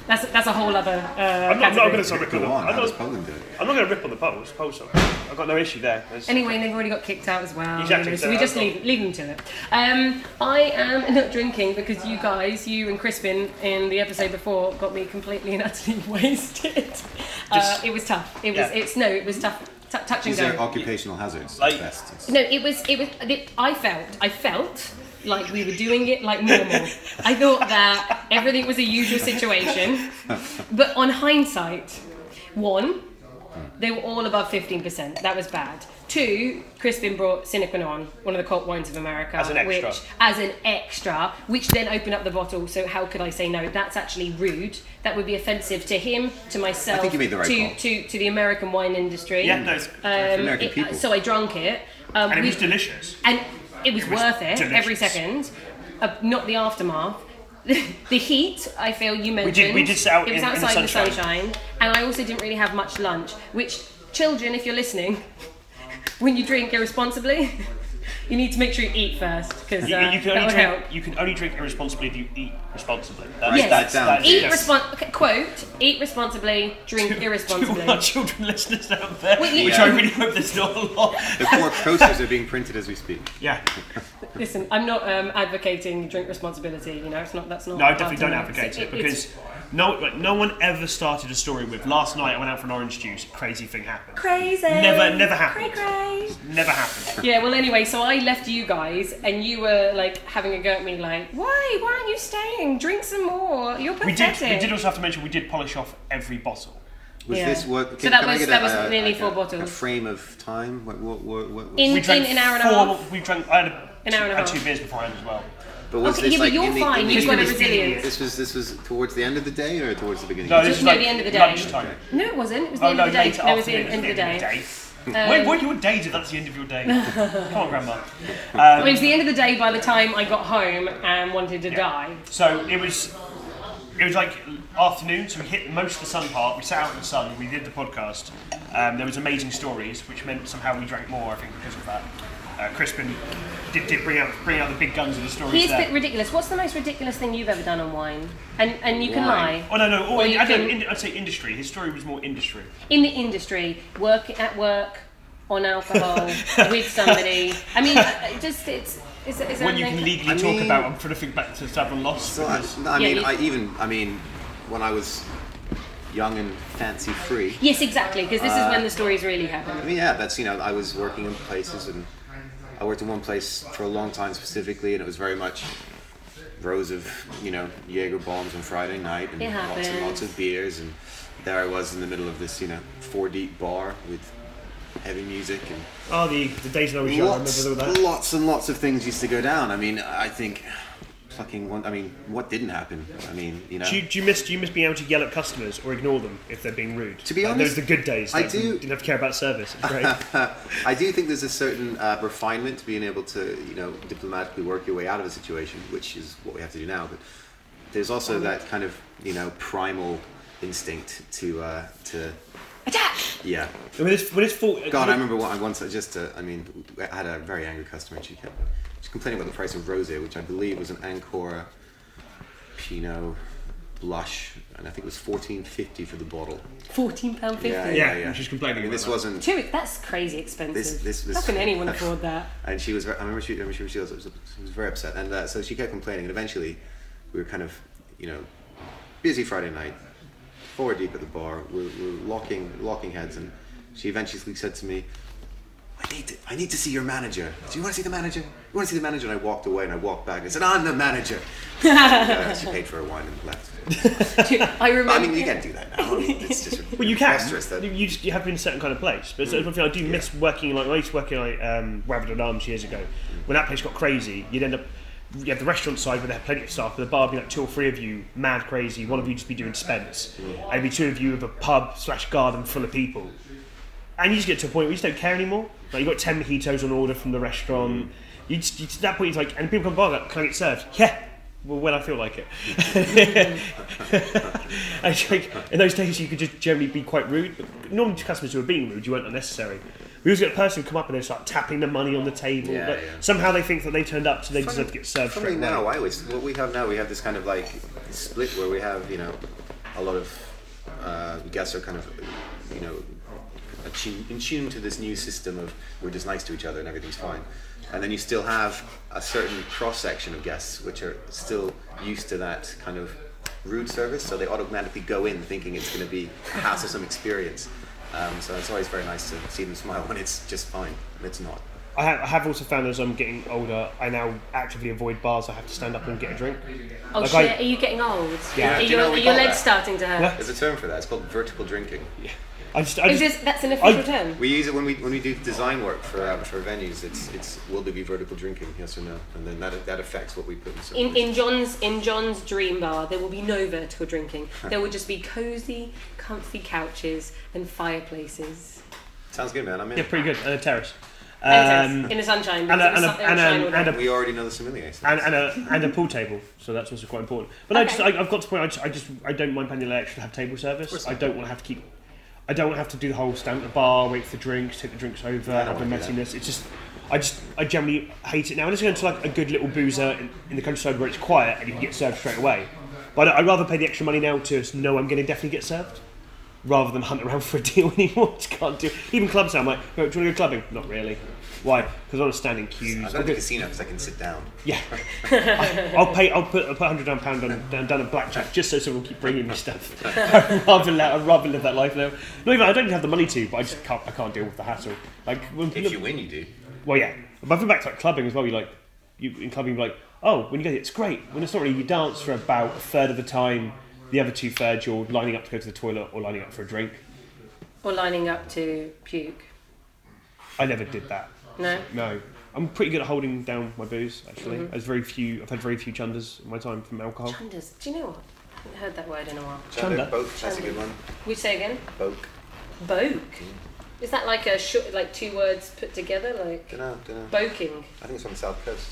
S1: That's that's a whole other. Uh,
S2: I'm not, I'm not
S1: category.
S2: going to rip on
S3: Go
S2: them.
S3: on.
S2: I'm
S3: How does
S2: not,
S3: Poland do it?
S2: I'm not going to rip on the polls. Polls are, I've got no issue there. There's-
S1: Anyway, they've already got kicked out as well. you
S2: Exactly,
S1: know, so,
S2: so
S1: we just
S2: that's
S1: leave, leave them to it. Um, I am not drinking because you guys, you and Crispin in the episode before, got me completely and utterly wasted. Uh,
S2: Just-
S1: it was tough. It was.
S2: Yeah.
S1: It's no. It was tough. T- touch and
S3: These
S1: go.
S3: are occupational hazards.
S2: Like-
S3: at best. It's-
S1: No, it was it was. It, I felt I felt like we were doing it like normal. I thought that everything was a usual situation, but on hindsight, one, they were all above fifteen percent. That was bad. Two, Crispin brought Cinequanon, one of the cult wines of America,
S2: As an extra.
S1: which as an extra, which then opened up the bottle. So how could I say no? That's actually rude. That would be offensive to him, to myself,
S3: you made the right
S1: to,
S3: call.
S1: to to the American wine industry.
S2: Yeah, no, it's,
S1: Um,
S3: American
S1: it-
S3: people.
S1: so I drunk it. Um,
S2: and it
S1: we-
S2: was delicious.
S1: and it was,
S2: It was
S1: worth it every
S2: delicious.
S1: second. Uh, not the aftermath. the heat, I feel you mentioned.
S2: we did sit out
S1: It was
S2: in- in the
S1: outside the
S2: sunshine.
S1: sunshine. and I also didn't really have much lunch. Which children, if you're listening, when you drink irresponsibly, you need to make sure you eat first because uh,
S2: You, you can
S1: that
S2: only
S1: would
S2: drink.
S1: help.
S2: You can only drink irresponsibly if you eat responsibly. That's,
S1: Yes.
S2: that's,
S3: Write that down.
S2: that's
S1: Eat
S2: yes.
S1: respon- okay, quote, eat responsibly, drink irresponsibly.
S2: To our children listeners out there,
S1: Well, you-
S2: which I really hope there's not a lot.
S3: The four coasters are being printed as we speak.
S2: Yeah,
S1: Listen, I'm not um, advocating drink responsibility. You know, it's not that's not.
S2: no, I definitely don't
S1: after-
S2: advocate
S1: it's-
S2: it because no, like, no one ever started a story with. Last night I went out for an orange juice. Crazy thing happened.
S1: crazy.
S2: Never- never happened.
S1: Cray, cray.
S2: Never happened.
S1: Yeah, well, anyway, so I left you guys, and you were like having a go at me, like, why? Why aren't you staying? Drink some more. You're
S2: We did.
S1: pathetic.
S2: We did also have to mention we did polish off every bottle.
S3: Was
S1: Yeah.
S3: this what?
S1: So that
S3: I
S1: was-
S3: get
S1: that was nearly
S3: a,
S1: four
S3: A
S1: bottles.
S3: frame of time. What? What? what, what
S1: In-
S2: We drank
S1: an hour and a
S2: four,
S1: half?
S2: We drank. I had, a,
S1: An hour and a
S2: had
S1: half.
S2: two beers beforehand as well.
S3: But was
S1: Okay,
S3: this
S1: yeah, but
S3: like
S1: you're
S3: in the,
S1: fine,
S3: in the-
S1: you've got a
S2: Just really
S1: resilience.
S3: This was this was towards the end of the day or towards the beginning?
S5: No,
S3: of the
S5: this is
S1: Just near
S5: like
S1: the end of the day.
S5: lunchtime.
S1: No, it wasn't. It was the
S5: Oh
S1: end
S5: no,
S1: of the day.
S5: later
S1: no, it was the
S5: afternoon.
S1: end of the
S5: it's
S1: day. Um,
S5: day. When were your days if that's the end of your day? Come on, Grandma.
S1: I mean, it was the end of the day by the time I got home and wanted to die.
S5: So it was it was like afternoon, so we hit most of the sun part, we sat out in the sun, we did the podcast. Um, there was amazing stories, which meant somehow we drank more, I think, because of that. Uh, Crispin did, did bring out bring out the big guns of the stories
S1: Here's a
S5: there.
S1: bit ridiculous. What's the most ridiculous thing you've ever done on wine? And and you can
S3: Wine.
S1: lie
S5: Oh no no! Oh,
S1: Well,
S5: I,
S1: you
S5: I don't.
S1: can-
S5: In, I'd say industry. His story was more industry.
S1: in the industry, work at work, on alcohol with somebody. I mean, uh, just it's. Is, is
S5: What you can legally
S3: I
S5: talk
S3: mean-
S5: about. I'm trying to think back to Savron Lost.
S3: So I,
S5: because
S3: no, I
S1: Yeah,
S3: mean,
S1: you-
S3: I even I mean, when I was young and fancy free,
S1: Yes, exactly, because this
S3: Uh,
S1: is when the stories really happen.
S3: I mean, yeah, that's you know, I was working in places and I worked in one place for a long time specifically, and it was very much rows of you know Jaeger bombs on Friday night and
S1: It
S3: lots and lots
S1: happens.
S3: of beers, and there I was in the middle of this you know four deep bar with heavy music and
S2: Oh, the, the days when I was young,
S3: lots,
S2: I remember all that.
S3: lots and lots of things used to go down. I mean, I think fucking one. I mean, what didn't happen? I mean, you know.
S2: Do you, do you miss do you miss being able to yell at customers or ignore them if they're being rude?
S3: To be
S2: Like,
S3: honest,
S2: those are the good days.
S3: I
S2: like, you
S3: do-
S2: Didn't have to care about service. It's great.
S3: I do think there's a certain uh, refinement to being able to, you know, diplomatically work your way out of a situation, which is what we have to do now. But there's also that kind of, you know, primal instinct to, uh, to
S1: Attack!
S3: yeah.
S2: I mean, it's, when it's full,
S3: God, I remember what I once I just, uh, I mean, I had a very angry customer. and She kept she complaining about the price of rosé, which I believe was an Ancora Pinot Blush, and I think it was fourteen fifty for the bottle.
S1: Fourteen pound fifty.
S3: Yeah,
S2: Yeah,
S3: yeah, yeah.
S2: and she's complaining
S3: I mean,
S2: about
S3: this
S2: that.
S3: wasn't
S1: Two, that's crazy expensive.
S3: This- this was-
S1: How can anyone afford that?
S3: and she was. ver- I remember she. I remember she was. She was, she was very upset, and uh, so she kept complaining. And eventually, we were kind of, you know, busy Friday night, four deep at the bar. We're, we're locking locking heads, and she eventually said to me, "I need to. I need to see your manager. Do you want to see the manager? You want to see the manager?" And I walked away, and I walked back, and said, "I'm the manager." Uh, she paid for her wine and left.
S1: Two- I remember.
S3: I mean, you can't do that now. I mean, it's just
S2: Well, you can.
S3: preposterous Mm. That,
S2: You, you just you have to be in a certain kind of place. But it's it's one thing I do miss working. Like when I used to work in like um, Ravadon Arms years ago. When that place got crazy, you'd end up. You have the restaurant side where they have plenty of staff, but the bar would be like two or three of you, mad crazy. One of you just be doing spends,
S3: Mm.
S2: and it'd be two of you with a pub slash garden full of people. And you just get to a point where you just don't care anymore. Like you got ten mojitos on order from the
S3: Mm.
S2: restaurant. You just, you, to that point, it's like, and people come by, like, can I get served? Yeah. Well, when I feel like it. I think in those days you could just generally be quite rude. But normally to customers who were being rude, you weren't unnecessary. We always get a person who come up and they start tapping the money on the table.
S3: Yeah,
S2: but
S3: yeah.
S2: Somehow they think that they turned up, so they deserve to get served
S3: Funny
S2: straight
S3: now,
S2: away.
S3: I always what we have now we have this kind of like split where we have you know a lot of uh, guests are kind of you know attuned, in tune to this new system of we're just nice to each other and everything's fine, and then you still have a certain cross section of guests which are still used to that kind of rude service, so they automatically go in thinking it's going to be a hassle-some experience. Um, so it's always very nice to see them smile when it's just fine and it's not.
S2: I have, I have also found as I'm getting older, I now actively avoid bars. I have to stand up and get a drink.
S1: oh
S2: Like
S1: shit!
S2: I-
S1: are you getting old? Are,
S2: Yeah.
S3: Do you
S1: your-
S3: know what
S1: are
S3: we
S1: your
S3: call
S1: legs
S3: that?
S1: starting to hurt?
S3: There's a term for that. It's called vertical drinking.
S2: I just, I
S1: Is
S2: just,
S1: this that's an official
S2: I-
S1: term?
S3: We use it when we when we do design work for um, for venues. It's it's will there be vertical drinking? Yes or no? And then that that affects what we put in. certain
S1: In, in John's in John's dream bar, there will be no vertical drinking. There will just be cozy, comfy couches and fireplaces.
S3: Sounds good, man. I'm in.
S2: yeah, pretty good. And a terrace.
S1: And
S2: Um,
S1: in the sunshine.
S2: and a-
S1: because
S2: and a-
S1: the sun-
S2: and a-
S1: sunshine will
S2: and a-
S1: do.
S3: we already know the sommelier. So
S2: and, and a and a pool table, so that's also quite important. But I
S1: Okay.
S2: just I, I've got to the point. I just, I just I don't mind paying a little extra to have table service. I don't want to have to keep. I don't want to have to do the whole stand at the bar, wait for the drinks, take the drinks over,
S3: I
S2: have
S3: don't
S2: the
S3: wanna do
S2: messiness. It's just I just I generally hate it now. Unless you go to like a good little boozer in, in the countryside where it's quiet and you can get served straight away. But I'd rather pay the extra money now to know I'm going to definitely get served. Rather than hunt around for a deal anymore, just can't do. Even clubs now, I'm like, "Oh, do you want to go clubbing? Not really. Why? Because I want to stand in queues.
S3: I've
S2: I'll
S3: got
S2: go-
S3: a casino because I can sit down.
S2: yeah. I'll pay. I'll put, I'll put hundred pound on down, down at blackjack just so someone will keep bringing me stuff. I'd rather, let, I'd rather live that life now. Not even. I don't even have the money to, but I just can't. I can't deal with the hassle. Like when
S3: If you
S2: people,
S3: win, you do.
S2: well, yeah. But I've been back to like clubbing as well. You like you in clubbing, you're like oh, when you go, it's great. When it's not really, you dance for about a third of the time. The other two thirds, you're lining up to go to the toilet or lining up for a drink.
S1: Or lining up to puke.
S2: I never did that.
S1: No.
S2: No. I'm pretty good at holding down my booze. Actually,
S3: Mm-hmm.
S2: There's very few. I've had very few chunders in my time from alcohol.
S1: Chunders. Do you know what? I haven't heard that word in a while.
S2: Chanda.
S3: Boke, that's a good one.
S1: We say again?
S3: Boke.
S1: Boke. Is that like a short, like two words put together? Like
S3: Dunno, dunno.
S1: boking.
S3: I think it's on the south coast.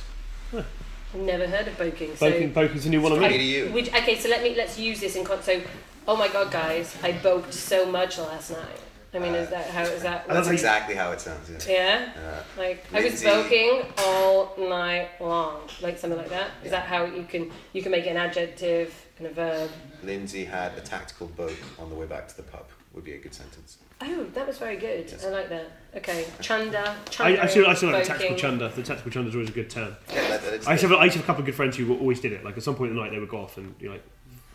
S1: I've never heard of boking. So
S2: Boking, boking's a new one on me.
S3: Funny to you.
S1: Would, okay, so let me let's use this in context. So, oh my god, guys, I boked so much last night. I mean, is that how is that?
S3: That's exactly how it sounds. Yeah. Uh,
S1: Yeah.
S3: Yeah.
S1: Like I was
S3: Lindsay.
S1: boking all night long, like something like that. Is that how you can you can make an adjective and a verb?
S3: Lindsay had a tactical boat on the way back to the pub. Would be a good sentence.
S1: Oh, that was very good. I like that. Okay, chanda,
S2: I,
S1: chanda.
S2: I still, I still like the tactical
S1: boking.
S2: chunder. The tactical chunder is always a good term.
S3: Yeah, that, that's
S2: I used, to have, I used to have a couple of good friends who were- always did it. Like at some point in the night, they would go off and you're like,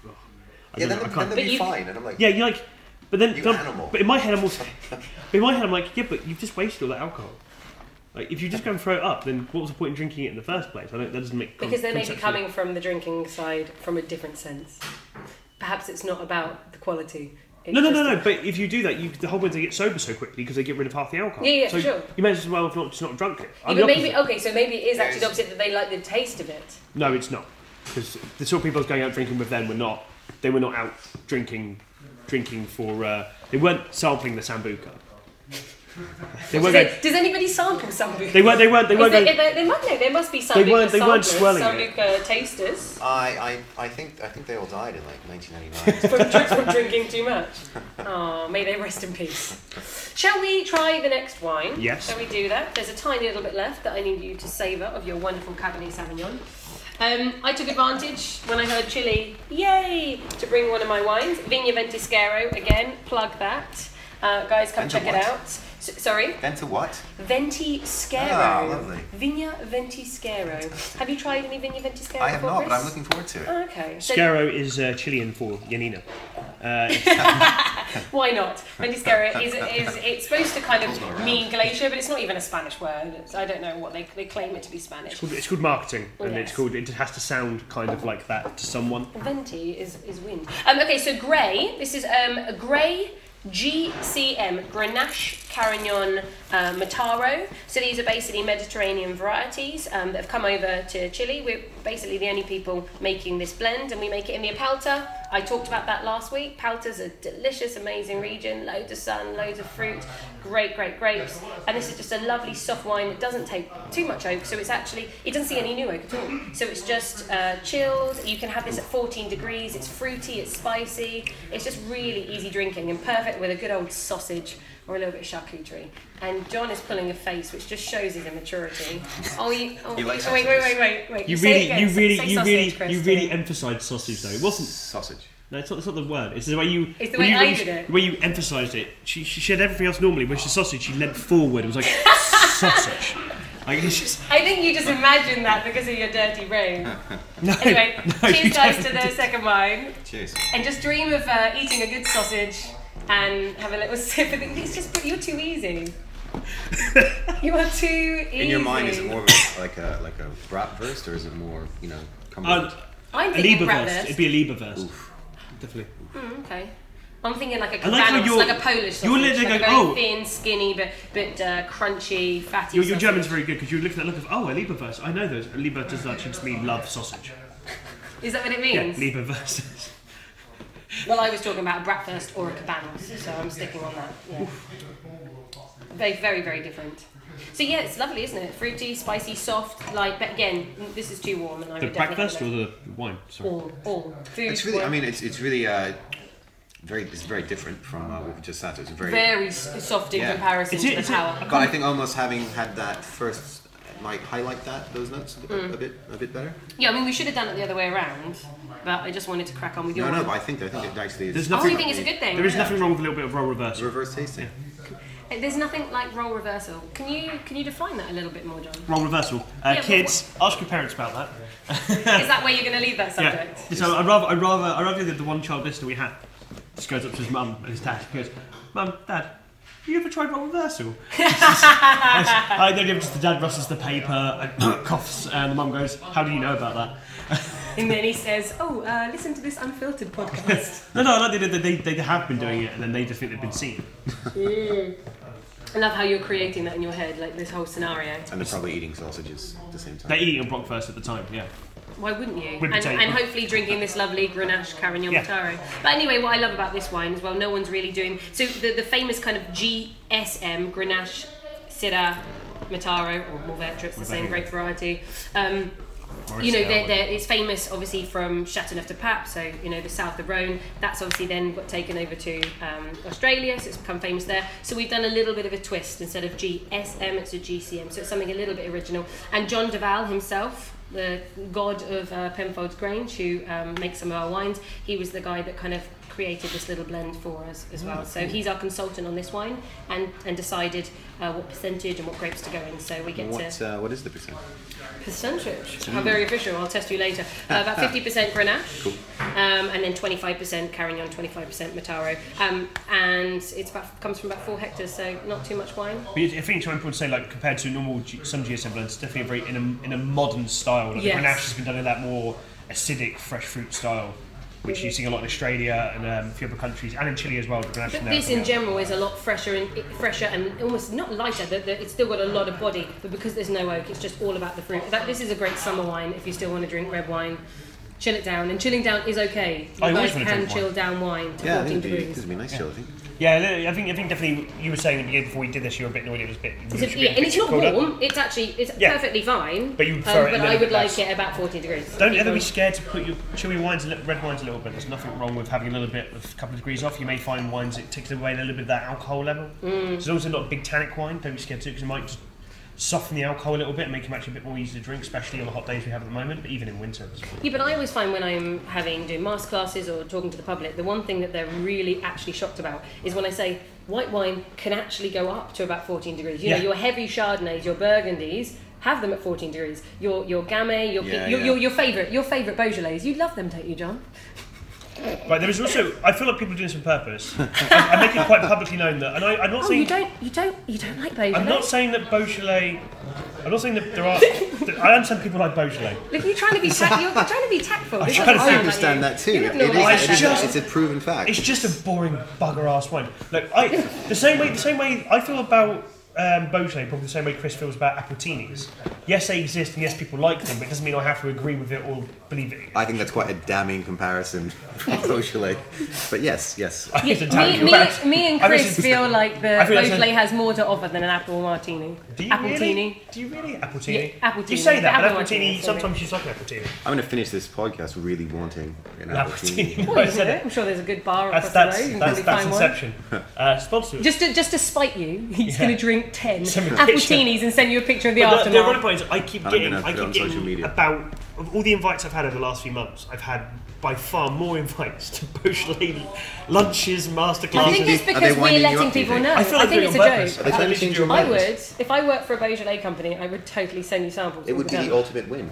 S2: oh, I
S3: yeah,
S2: don't
S3: then,
S2: know, I
S3: then,
S2: can't.
S3: they'll
S1: But
S3: be
S1: you-
S3: fine. And I'm like,
S2: yeah, you're like, but then,
S3: You
S2: but-
S3: animal.
S2: but in my head, I'm also, but in my head, I'm like, yeah, but you've just wasted all that alcohol. Like if you just go and throw it up, then what was the point in drinking it in the first place? I don't. That doesn't make
S1: Because they may be
S2: conceptually-
S1: coming from the drinking side from a different sense. Perhaps it's not about the quality. It's
S2: No, no,
S1: just
S2: no, no. But if you do that, you, the whole point is they get sober so quickly because they get rid of half the alcohol.
S1: Yeah, yeah,
S2: so
S1: sure.
S2: You may as well have not just not drunk it. I'm
S1: Yeah, but
S2: the
S1: maybe
S2: opposite.
S1: okay, so maybe it is
S3: Yeah,
S1: actually the
S3: it's-
S1: opposite that they like the taste of it.
S2: No, it's not. Because the sort of people I was going out drinking with then were not. They were not out drinking, drinking for. Uh, they weren't sampling the sambuca. They
S1: Does,
S2: weren't. Going,
S1: it- does anybody sample sambuca?
S2: they weren't. They weren't. They
S1: Is
S2: weren't.
S1: there,
S2: Going,
S1: there, there must, no, there must be sambuca.
S2: weren't- they weren't
S1: samplers,
S2: swirling it.
S1: sambuca tasters
S3: I, I, I think, I think they all died in like 1999.
S1: from, drink, from drinking too much. Oh, may they rest in peace. Shall we try the next wine?
S2: Yes.
S1: Shall we do that? There's a tiny little bit left that I need you to savour of your wonderful Cabernet Sauvignon. Um, I took advantage when I heard Chile, yay, to bring one of my wines. Vigna Ventisquero, again, plug that. Uh, guys, come
S3: And the
S1: check it
S3: what?
S1: out. S- sorry?
S3: then to what?
S1: Venti Scaro.
S3: Ah, lovely.
S1: Vigna Venti Scaro. Have you tried any Vigna Venti Scaro
S3: I have
S1: before,
S3: not, but
S1: Chris?
S3: I'm looking forward to it.
S1: Oh, okay. So
S2: Scaro is uh, Chilean for Yanina.
S1: why not? Venti Scaro is, is it's supposed to kind
S3: Pulls
S1: of
S3: around.
S1: mean glacier, but it's not even a Spanish word. It's, I don't know what they, they claim it to be Spanish.
S2: It's called marketing, and
S1: Oh, Yes.
S2: it's called. It has to sound kind of like that to someone.
S1: Venti is, is wind. Um, okay, so grey. This is um, a grey GCM, Grenache Carignan uh, Mataro. So these are basically Mediterranean varieties um, that have come over to Chile. We're basically the only people making this blend, and we make it in the Apalta. I talked about that last week. Palta's a delicious, amazing region. Loads of sun, loads of fruit, great, great grapes. And this is just a lovely soft wine that doesn't take too much oak, so it's actually, it doesn't see any new oak at all. So it's just uh, chilled. You can have this at 14 degrees. It's fruity, it's spicy. It's just really easy drinking and perfect with a good old sausage or a little bit of charcuterie. And John is pulling a face which just shows his immaturity. Oh, you, oh,
S3: He likes
S1: oh, wait, wait, wait,
S3: sausages.
S1: wait, wait.
S2: You
S1: Say it
S2: really,
S1: again.
S2: you
S1: Say-
S2: really,
S1: say
S2: you
S1: sausage,
S2: really,
S1: Chris,
S2: you
S1: do
S2: really emphasised sausage though. It wasn't.
S3: Sausage.
S2: No, it's not, it's not the word. It's the way you.
S1: It's the way
S2: when you,
S1: I
S2: when
S1: did
S2: you-
S1: it.
S2: When you emphasised it, she, she she had everything else normally. When she sausage, she leant forward. It was like sausage. Like it's just.
S1: I think you just imagined that because of your dirty brain.
S2: No,
S1: Anyway,
S2: no, you
S1: cheers guys
S2: don't.
S1: to the second wine.
S3: Cheers.
S1: And just dream of uh, eating a good sausage and have a little sip of it. It's just, you're too easy. you are too easy.
S3: In your mind, is it more of a, like a like a bratwurst, or is it more you know?
S2: Uh,
S3: Cumberland?
S1: I'm
S2: a
S1: thinking
S2: Lieberverse.
S1: bratwurst.
S2: It'd be a Lieberverse. Definitely.
S1: Mm, okay. I'm thinking like a
S2: I like how
S1: Kabanos,
S2: you're-
S1: like, a Polish sausage.
S2: you're literally
S1: like a
S2: going,
S1: very
S2: oh.
S1: thin, skinny, but, but uh, crunchy, fatty
S2: Your, your
S1: sausage.
S2: German's very good because you look at that look of oh a Lieberverse. I know those. A Lieber does actually just mean love sausage.
S1: Is that what it
S2: Yeah,
S1: means?
S2: Lieberverse.
S1: Well, I was talking about a bratwurst or a cabanos, so I'm sticking on that. Yeah. Very, very, very different. So yeah, it's lovely, isn't it? Fruity, spicy, soft, light. But again, this is too warm, and I
S2: the
S1: would definitely
S2: breakfast or the wine. Sorry.
S1: all, all food.
S3: It's really. I
S1: wine.
S3: mean, it's it's really uh, very. It's very different from uh, what we just had. It's very.
S1: very s- soft in
S3: Yeah.
S1: comparison
S2: Is it-
S1: to the
S2: is it-
S1: power.
S3: But I think almost having had that first might highlight that those notes a,
S1: Hmm.
S3: a bit a bit better.
S1: Yeah, I mean we should have done it the other way around, but I just wanted to crack on with your.
S3: No, no,
S1: wine.
S3: but I think I think it actually is.
S2: There's
S1: I
S2: nothing.
S1: Oh, think it's a good thing.
S2: There is nothing wrong with a little bit of role reverse.
S3: reverse tasting.
S1: There's nothing like role reversal. Can you can you define that a little bit more, John?
S2: Role reversal. Uh,
S1: but
S2: kids, ask your parents about that.
S1: Is that where you're going to leave that subject?
S2: Yeah. So I'd rather, I'd rather, I'd rather that the one child listener we had just goes up to his mum and his dad and goes, Mum, Dad, have you ever tried role reversal? I don't give just the dad rustles the paper and coughs and the mum goes, How do you know about that?
S1: And then he says, "Oh, uh, listen to this unfiltered podcast."
S2: No, no, I like the idea that they, they have been doing it and then they just think they've been seen.
S1: I love how you're creating that in your head, like this whole scenario.
S3: And they're probably eating sausages at the same time.
S2: They're eating a Brockfast at the time, yeah.
S1: Why wouldn't you?
S2: With
S1: And,
S2: potato.
S1: and hopefully drinking this lovely Grenache Carignan
S2: Yeah.
S1: Mataro. But anyway, what I love about this wine as well, no one's really doing. So the, the famous kind of GSM Grenache Syrah Mataro or Mourvedre, it's the same grape variety. Um, you know, they're, they're, it's famous obviously from Chateauneuf de Pape, so you know the south of Rhone. That's obviously then got taken over to um, Australia, so it's become famous there. So we've done a little bit of a twist instead of GSM, it's a GCM, so it's something a little bit original. And John Deval himself, the god of uh, Penfolds Grange, who um, makes some of our wines, he was the guy that kind of created this little blend for us as well. So he's our consultant on this wine and, and decided uh, what percentage and what grapes to go in. So we get to
S3: What, uh, what is the percent?
S1: percentage. How very official. I'll test you later. Uh, about 50% Grenache, um, and then 25% Carignan, 25% Mataro, um, and it's about comes from about four hectares, so not too much wine.
S2: But I think it's very important to say, like, compared to normal G- some GSM blends, it's definitely a very in a, in a modern style. Like,
S1: Yes.
S2: The Grenache has been done in that more acidic, fresh fruit style, which you see a lot in Australia and um, a few other countries, and in Chile as well. The Grenache
S1: But
S2: there
S1: this
S2: coming
S1: in
S2: out.
S1: general is a lot fresher and fresher and almost not lighter. The, the, it's still got a lot of body, but because there's no oak, it's just all about the fruit. That, this is a great summer wine if you still want to drink red wine. Chill it down, and chilling down is okay. You
S2: I always
S1: guys
S2: wanna
S1: can
S2: drink wine.
S1: chill down wine to
S3: Yeah, I
S1: 14
S3: think it'd be,
S1: degrees.
S3: it'd be nice chill, I think.
S2: Yeah, I think I think definitely you were saying at the beginning before we did this, you were a bit annoyed it was a bit.
S1: It's
S2: it
S1: a-
S2: should be
S1: yeah,
S2: a
S1: and
S2: bit
S1: it's not
S2: colder.
S1: warm. It's actually it's
S2: Yeah.
S1: perfectly fine. um,
S2: But you prefer it a
S1: But
S2: little
S1: I would
S2: bit
S1: like
S2: less.
S1: it about 40 degrees.
S2: Don't ever be
S1: Because-
S2: scared to put your chewy wines, a little, red wines a little bit. There's nothing wrong with having a little bit, with a couple of degrees off. You may find wines that takes away a little bit of that alcohol level.
S1: Mm.
S2: So as long as they're not a big tannic wine, don't be scared to because it might just soften the alcohol a little bit and make them actually a bit more easy to drink, especially on the hot days we have at the moment, but even in winter. as well.
S1: Yeah, but I always find when I'm having doing master classes or talking to the public, the one thing that they're really actually shocked about is when I say white wine can actually go up to about 14 degrees. You
S2: Yeah.
S1: know, your heavy chardonnays, your burgundies. Have them at 14 degrees. Your your gamay, your
S3: Yeah,
S1: your,
S3: yeah.
S1: your your favorite, your favorite Beaujolais. You love them, don't you, John?
S2: Right, there is also, I feel like people are doing this on purpose. I, I make it quite publicly known that, and I, I'm not
S1: Oh,
S2: saying.
S1: you don't, you don't, you don't like
S2: I'm not
S1: Beaujolais.
S2: saying that Beaujolais. I'm not saying that there are. that I understand people like Beaujolais.
S1: Look, you're trying to be tact, you're trying to be tactful. This
S2: trying
S1: doesn't
S2: to
S3: I
S1: sound like you.
S3: understand that too.
S1: You
S3: It
S1: have
S3: is,
S1: no idea.
S3: it is
S2: just-
S3: a, it's a proven fact.
S2: It's just a boring bugger ass wine. Look, I the same way the same way I feel about um, Beaujolais, probably the same way Chris feels about Appletinis. Yes, they exist, and yes, people like them, but it doesn't mean I have to agree with it or believe it.
S3: I think that's quite a damning comparison, socially. But yes, yes.
S2: I
S1: Yeah,
S2: just tell
S1: me,
S2: you
S1: me,
S2: about it.
S1: me and
S2: I was
S1: Chris
S2: just-
S1: feel like the
S2: I feel like
S1: Beaujolais has more to offer than an apple martini.
S2: Do you
S1: apple
S2: really?
S1: tini.
S2: Do you really Appletini?
S1: Yeah, Appletini.
S2: You say that,
S1: Apple
S2: but Appletini.
S1: martini,
S2: Sometimes you like an Appletini.
S3: I'm going to finish this podcast really wanting an apple tea.
S2: Appletini.
S1: Well,
S2: I
S1: you
S2: said
S1: know,
S2: it.
S1: I'm sure there's a good bar
S2: That's
S1: across the
S2: that's
S1: road. You can
S2: that's,
S1: probably
S2: that's
S1: find one.
S2: Inception. Uh, sponsor.
S1: Just to, just to spite you, he's
S2: Yeah.
S1: going to drink 10
S2: Send me a
S1: apple
S2: picture.
S1: tinis and send you a picture of the
S2: But the, the
S1: aftermath.
S2: ironic part is I keep
S3: I'm
S2: getting,
S3: gonna
S2: I
S3: put it
S2: keep
S3: on
S2: getting
S3: social media.
S2: about of all the invites I've had over the last few months. I've had by far more invites to Beaujolais lunches, masterclasses.
S1: I think it's
S3: Are they
S1: because we're
S3: winding you up, do
S1: letting
S3: you
S1: people
S3: think?
S1: know.
S2: I feel like
S1: think
S2: doing
S1: it's
S2: it
S1: a
S2: on purpose.
S1: joke.
S3: Are they trying to
S2: Absolutely
S3: change your
S2: do.
S1: I
S3: mind?
S1: would, if I worked for a Beaujolais company, I would totally send you samples.
S3: It would be the
S1: altogether.
S3: ultimate win.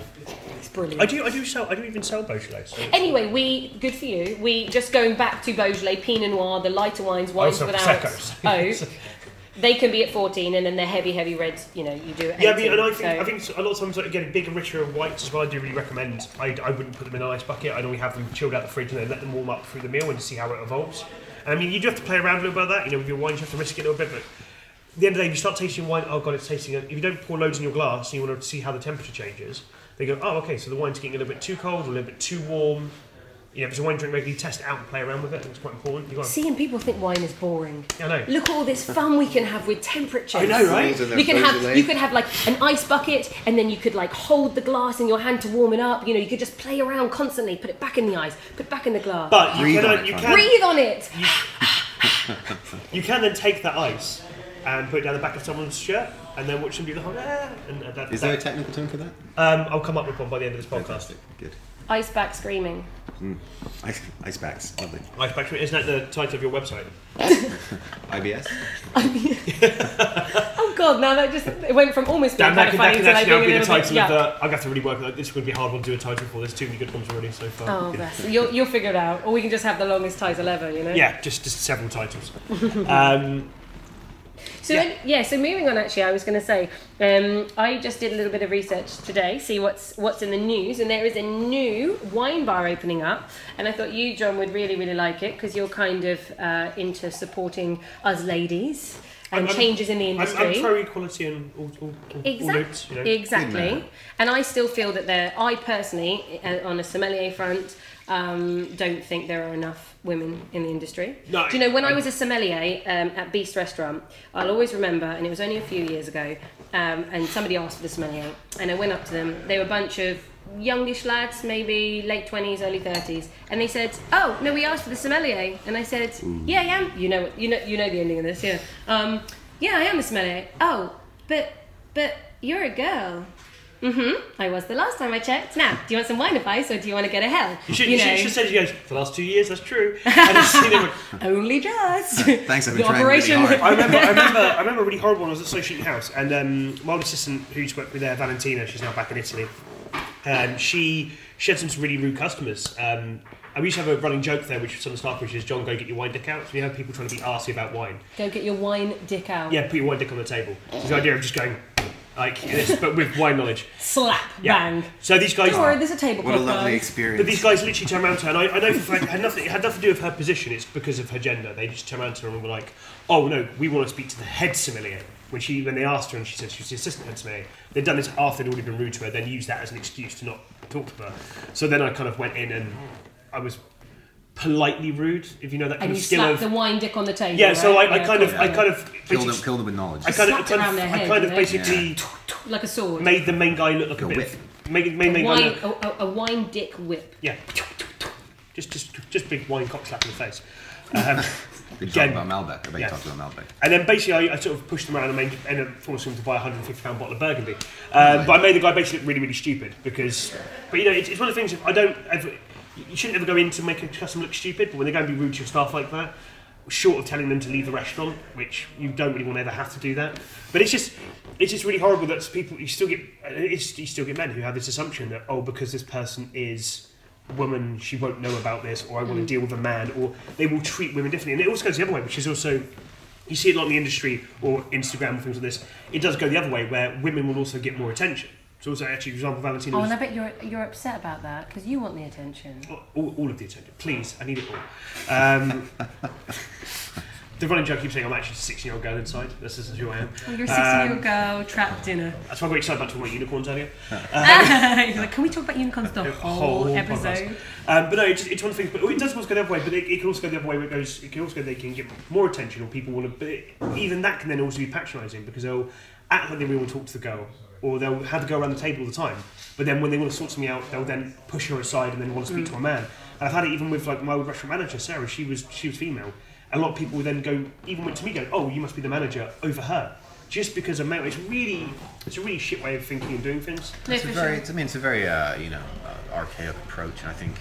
S1: It's brilliant.
S2: I do. I do sell. I do even sell Beaujolais. So.
S1: Anyway, we good for you. We just going back to Beaujolais, Pinot Noir, the lighter wines, wines
S2: Also
S1: without
S2: Prosecco, so-
S1: oak. They can be at 14, and then the heavy, heavy reds. You know, you do. At
S2: Yeah, I mean,
S1: 18,
S2: and I think,
S1: so-
S2: I think a lot of times like, again, bigger, richer of whites as well. I do really recommend. I, I wouldn't put them in an ice bucket. I'd only have them chilled out the fridge and then let them warm up through the meal and see how it evolves. And, I mean, you do have to play around a little bit with that. You know, with your wines, you have to risk it a little bit. But at the end of the day, if you start tasting wine, oh god, it's tasting. If you don't pour loads in your glass and you want to see how the temperature changes, they go, oh okay, so the wine's getting a little bit too cold, or a little bit too warm. You know, if it's a wine drink, regularly test it out and play around with it. I think it's quite important. You got.
S1: Seeing people think wine is boring.
S2: I know.
S1: Look at all this fun we can have with temperatures.
S2: I know, right?
S3: Fools and their
S1: You can have
S3: Beaujolais.
S1: you could have like an ice bucket, and then you could like hold the glass in your hand to warm it up. You know, you could just play around constantly. Put it back in the ice. Put it back in the glass.
S2: But you
S3: Breathe
S2: can,
S3: on
S2: uh,
S3: it,
S2: you
S3: Connie.
S2: can
S1: Breathe on it.
S2: You can then take that ice and put it down the back of someone's shirt and then watch them do the whole. "Ah," And uh, that,
S3: Is there a
S2: that,
S3: technical term for that?
S2: um, I'll come up with one by the end of this podcast.
S3: Fantastic. Good.
S1: Ice back screaming.
S3: Ice, ice packs. Lovely.
S2: Ice Factory, isn't that the title of your website?
S3: IBS?
S1: Oh god, now that just it went from almost being
S2: Damn,
S1: kind
S2: that
S1: of
S2: could, that
S1: funny
S2: could
S1: to like
S2: actually
S1: being a
S2: now be the
S1: little bit
S2: title of
S1: yuck.
S2: the. I'm going to have to really work on it. This is going to be a hard one to do a title for. There's too many good ones already so far.
S1: Oh, bless. You'll, you'll figure it out. Or we can just have the longest title ever, you know?
S2: Yeah, just, just several titles. um,
S1: So yeah. yeah, so moving on. Actually, I was going to say, um, I just did a little bit of research today, see what's what's in the news, and there is a new wine bar opening up, and I thought you, John, would really really like it because you're kind of uh, into supporting us ladies. and
S2: I'm-
S1: changes in the
S2: I'm,
S1: industry.
S2: I'm pro equality and all, all, all, all notes,
S1: Exactly.
S2: you know.
S3: Good
S1: Exactly.
S3: man.
S1: And I still feel that there. I personally, uh, on a sommelier front, um, don't think there are enough women in the industry.
S2: No.
S1: Do you know when I was a sommelier um, at Beast Restaurant? I'll always remember, and it was only a few years ago. Um, and somebody asked for the sommelier, and I went up to them. They were a bunch of youngish lads, maybe late twenties, early thirties, and they said, "Oh no, we asked for the sommelier." And I said,
S3: Mm.
S1: "Yeah, I am. You know, you know, you know the ending of this, yeah. Um, yeah, I am a sommelier. Oh, but but you're a girl. Mm-hmm. I was the last time I checked. Now, do you want some wine advice or do you want to get a hell?
S2: You should,
S1: You
S2: you, should,
S1: know.
S2: you should say to you guys, for the last two years, that's true. And it's, you know,
S1: Only just.
S3: Thanks, I've been
S1: The
S3: trying really hard.
S2: I remember, I remember, I remember a really horrible one. I was at Associate House, and um, my old assistant, who used to work with there, Valentina, she's now back in Italy. Um, she she had some really rude customers. Um, and we used to have a running joke there, which was on the staff, which is John, go get your wine dick out. So we have people trying to be arsy about wine.
S1: Go get your wine dick out.
S2: Yeah, put your wine dick on the table. So the idea of just going like this, but with wine knowledge.
S1: Slap.
S2: Yeah.
S1: Bang.
S2: So these guys.
S1: Don't worry, there's a table
S3: What a
S1: podcast.
S3: lovely
S2: But these
S3: experience.
S2: guys literally turned around to her, and I, I know for a fact it had nothing. It had nothing to do with her position. It's because of her gender. They just turned around to her and were like, "Oh no, we want to speak to the head sommelier." When she, when they asked her, and she said she was the assistant head sommelier. They'd done this after they'd already been rude to her, then used that as an excuse to not talk to her. So then I kind of went in and I was politely rude, if you know that kind
S1: And
S2: of
S1: you
S2: skill
S1: slap
S2: of.
S1: the wine dick on the table.
S2: yeah, so I,
S1: right?
S2: I
S1: Yeah,
S2: kind of, I
S1: cool.
S2: kind of,
S3: Kill them,
S2: basically-
S3: kill them with knowledge.
S2: I kind of, I
S1: Slapped
S2: kind
S1: around
S2: of,
S1: their
S2: I
S1: head,
S2: kind
S1: you
S2: of
S1: know?
S2: basically
S1: like a sword.
S2: made the main guy look like a,
S3: a
S2: bit.
S3: whip.
S2: Made, made main guy
S1: wine,
S2: look
S1: a, a, a wine dick whip.
S2: Yeah. Just, just, just big wine cock slap in the face. Um,
S3: We
S2: Again.
S3: talked about Malbec. I bet
S2: Yeah.
S3: you talked about Malbec.
S2: and then basically, I, I sort of pushed them around and made and forced them to buy a hundred and fifty pound bottle of Burgundy. Um, But I made the guy basically look really, really stupid because. But you know, it's, it's one of the things. I don't. Ever, you shouldn't ever go in to make a customer look stupid. But when they're going to be rude to your staff like that, short of telling them to leave the restaurant, which you don't really want to ever have to do that. But it's just, it's just really horrible that people. You still get. It's, you still get men who have this assumption that oh, because this person is woman, she won't know about this, or I want to deal with a man, or they will treat women differently. And it also goes the other way, which is also, you see it a lot in the industry or Instagram and things like this. It does go the other way, where women will also get more attention. So also, actually, for example, Valentina
S1: Oh,
S2: was
S1: and I bet you're you're upset about that because you want the attention.
S2: all, all of the attention. Please, I need it all. Um, the running joke keeps saying I'm actually a 16 year old girl inside. This is who I am.
S1: Well, you're a 16 year old girl trapped in a.
S2: That's why I got excited about talking about unicorns earlier.
S1: you're like, can we talk about unicorns the
S2: A
S1: whole,
S2: uh, whole
S1: episode?
S2: Um, but no, it's, it's one of the things. But it does also go the other way. But it, it can also go the other way. Where it goes, it can also go. They can get more attention, or people want to. But it, even that can then also be patronising because they'll act like they really want to talk to the girl, or they'll have the girl around the table all the time. But then when they want to sort something out, they'll then push her aside and then want to speak to a man. And I've had it even with like my old restaurant manager Sarah. She was she was female. A lot of people would then go even went to me going, "Oh, you must be the manager over her." Just because a male, it's really, it's a really shit way of thinking and doing things.
S1: No,
S3: It's a
S1: for
S3: very,
S1: sure.
S3: it's, I mean, it's a very, uh, you know, uh, archaic approach, and I think,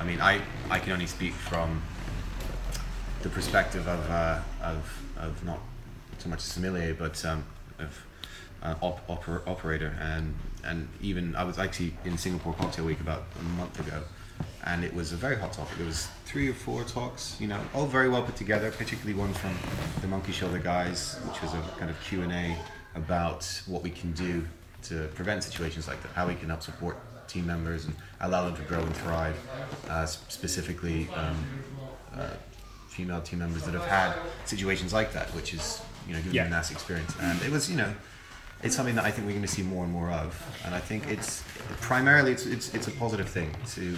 S3: I mean, I, I can only speak from the perspective of, uh, of, of not so much a sommelier, but um, of an op- oper- operator, and and even I was actually in Singapore Cocktail Week about a month ago, and it was a very hot topic. There was three or four talks, you know, all very well put together, particularly one from the Monkey Shoulder guys, which was a kind of Q and A about what we can do to prevent situations like that, how we can help support team members and allow them to grow and thrive, uh, s- specifically. Um, female team members that have had situations like that, which is you know giving
S2: Yeah.
S3: them that experience. And it was you know, it's something that I think we're going to see more and more of. And I think it's primarily it's it's, it's a positive thing to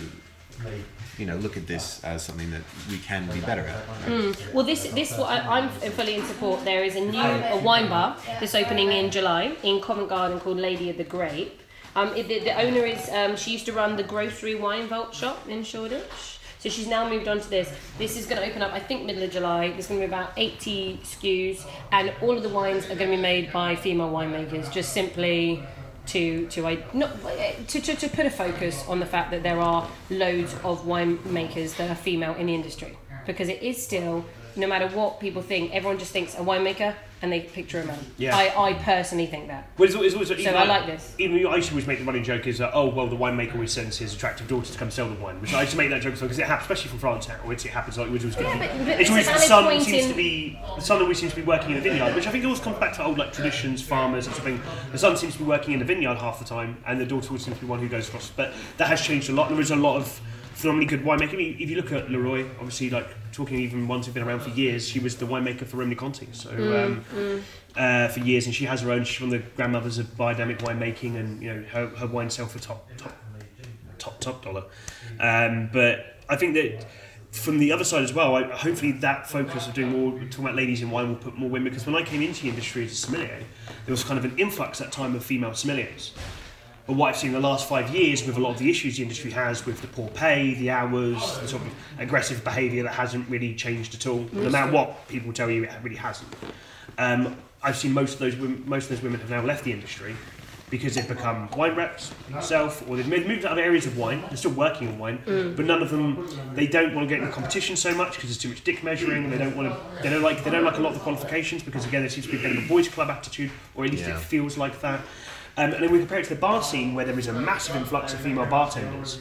S3: you know look at this as something that we can be better at.
S1: Well, this this what I, I'm fully in support. There is a new a wine bar that's opening in July in Covent Garden called Lady of the Grape. Um, it, the, the owner is um, she used to run the grocery wine vault shop in Shoreditch. So she's now moved on to this. This is going to open up, I think, middle of July. There's going to be about 80 SKUs, and all of the wines are going to be made by female winemakers. Just simply to to I not eh, to, to, to put a focus on the fact that there are loads of winemakers that are female in the industry because it is still no matter what people think everyone just thinks a winemaker and they picture a man
S2: Yeah.
S1: I, I personally think that
S2: Well, it's, always- it's always, even
S1: I like this.
S2: Even I used to always make the running joke is that oh well, the winemaker always sends his attractive daughter to come sell the wine, which I used to make that joke because it happens, especially from France, how it happens like which always
S1: Yeah,
S2: good.
S1: but- but it's
S2: it's
S1: a
S2: always the
S1: valid
S2: son
S1: point
S2: seems
S1: in-
S2: to be the son always seems to be working in a vineyard, which I think always comes back to old like traditions, farmers and something. The son seems to be working in the vineyard half the time, and the daughter always seems to be one who goes across. But that has changed a lot. There is a lot of phenomenally good winemaker. I mean, if you look at Leroy, obviously, like talking even ones who've been around for years, she was the winemaker for Romney Conti, so
S1: Mm,
S2: um, Uh, for years, and she has her own. She's one of the grandmothers of biodynamic winemaking, and you know her, her wine sell for top top top top dollar. Um, but I think that from the other side as well, I, hopefully that focus of doing more talking about ladies in wine will put more women. Because when I came into the industry as a sommelier, there was kind of an influx at that time of female sommeliers. But what I've seen in the last five years with a lot of the issues the industry has with the poor pay, the hours, the sort of aggressive behaviour that hasn't really changed at all, no matter what people tell you, it really hasn't. Um, I've seen most of those women, most of those women have now left the industry because they've become wine reps themselves or they've moved, moved to other areas of wine. They're still working in wine, but none of them they don't want to get in competition so much because there's too much dick measuring. They don't want to. They don't like. They don't like a lot of the qualifications because again, there seems to be a bit of a boys' club attitude, or at least
S3: Yeah.
S2: it feels like that. Um, and then we compare it to the bar scene where there is a massive influx of female bartenders,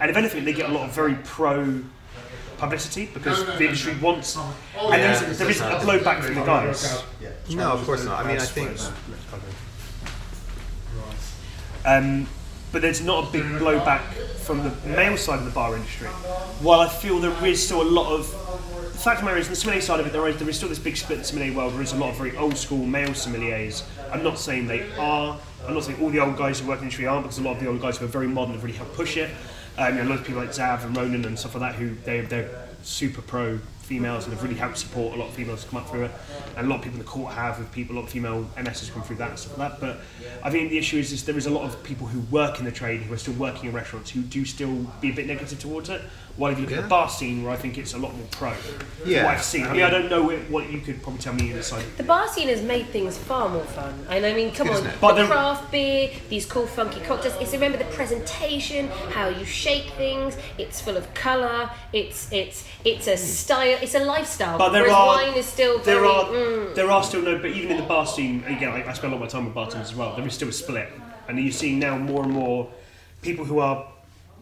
S2: and if anything, they get a lot of very pro publicity because the industry wants. And there is, there is a blowback from the guys.
S3: No, of course not. I mean, I think
S2: Um, but there's not a big blowback from the male side of the bar industry. While I feel there is still a lot of. The fact of the matter is, on the sommelier side of it, there is, there is still this big split in the sommelier world. There is a lot of very old school male sommeliers. I'm not saying they are. I'm not saying all the old guys who work in the industry aren't, because a lot of the old guys who are very modern have really helped push it. Um, you know, a lot of people like Zav and Ronan and stuff like that, who they, they're super pro females and have really helped support a lot of females to come up through it. And a lot of people in the court have with people, a lot of female MSs come through that and stuff like that. But I think the issue is, is there is a lot of people who work in the trade who are still working in restaurants who do still be a bit negative towards it. While if you look at
S3: Yeah.
S2: the bar scene, where I think it's a lot more pro. from
S3: Yeah.
S2: What I've seen. I mean, I don't know what- what you could probably tell me inside.
S1: The bar scene has made things far more fun. And I mean, come
S3: Isn't
S1: on,
S3: it?
S2: But
S1: the
S2: the-
S1: craft beer, these cool funky cocktails. It's remember the presentation, how you shake things. It's full of colour. It's it's it's a style. It's a lifestyle.
S2: But there
S1: whereas
S2: are
S1: wine is still
S2: there
S1: very,
S2: are
S1: mm,
S2: there are still no. But even in the bar scene, again, I, I spend a lot of my time with bartenders as well. There is still a split, and you're seeing now more and more people who are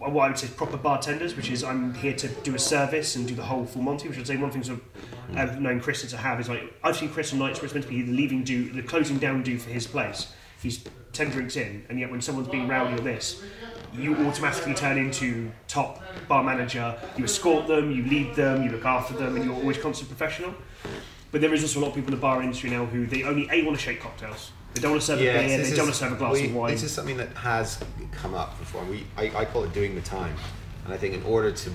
S2: what I would say proper bartenders, which is I'm here to do a service and do the whole full Monty. Which I'd say one thing sort of um, known Chris to have is like I've seen Chris on nights where it's meant to be the leaving due, the closing down due for his place. He's ten drinks in, and yet when someone's being rowdy or this, you automatically turn into top bar manager. You escort them, you lead them, you look after them, and you're always constant professional. But there is also a lot of people in the bar industry now who they only a want to shake cocktails. They don't want to serve a beer.
S3: this
S2: They
S3: is-
S2: don't want to serve a glass
S3: we-
S2: of wine.
S3: This is something that has come up before. We, I, I call it doing the time, and I think in order to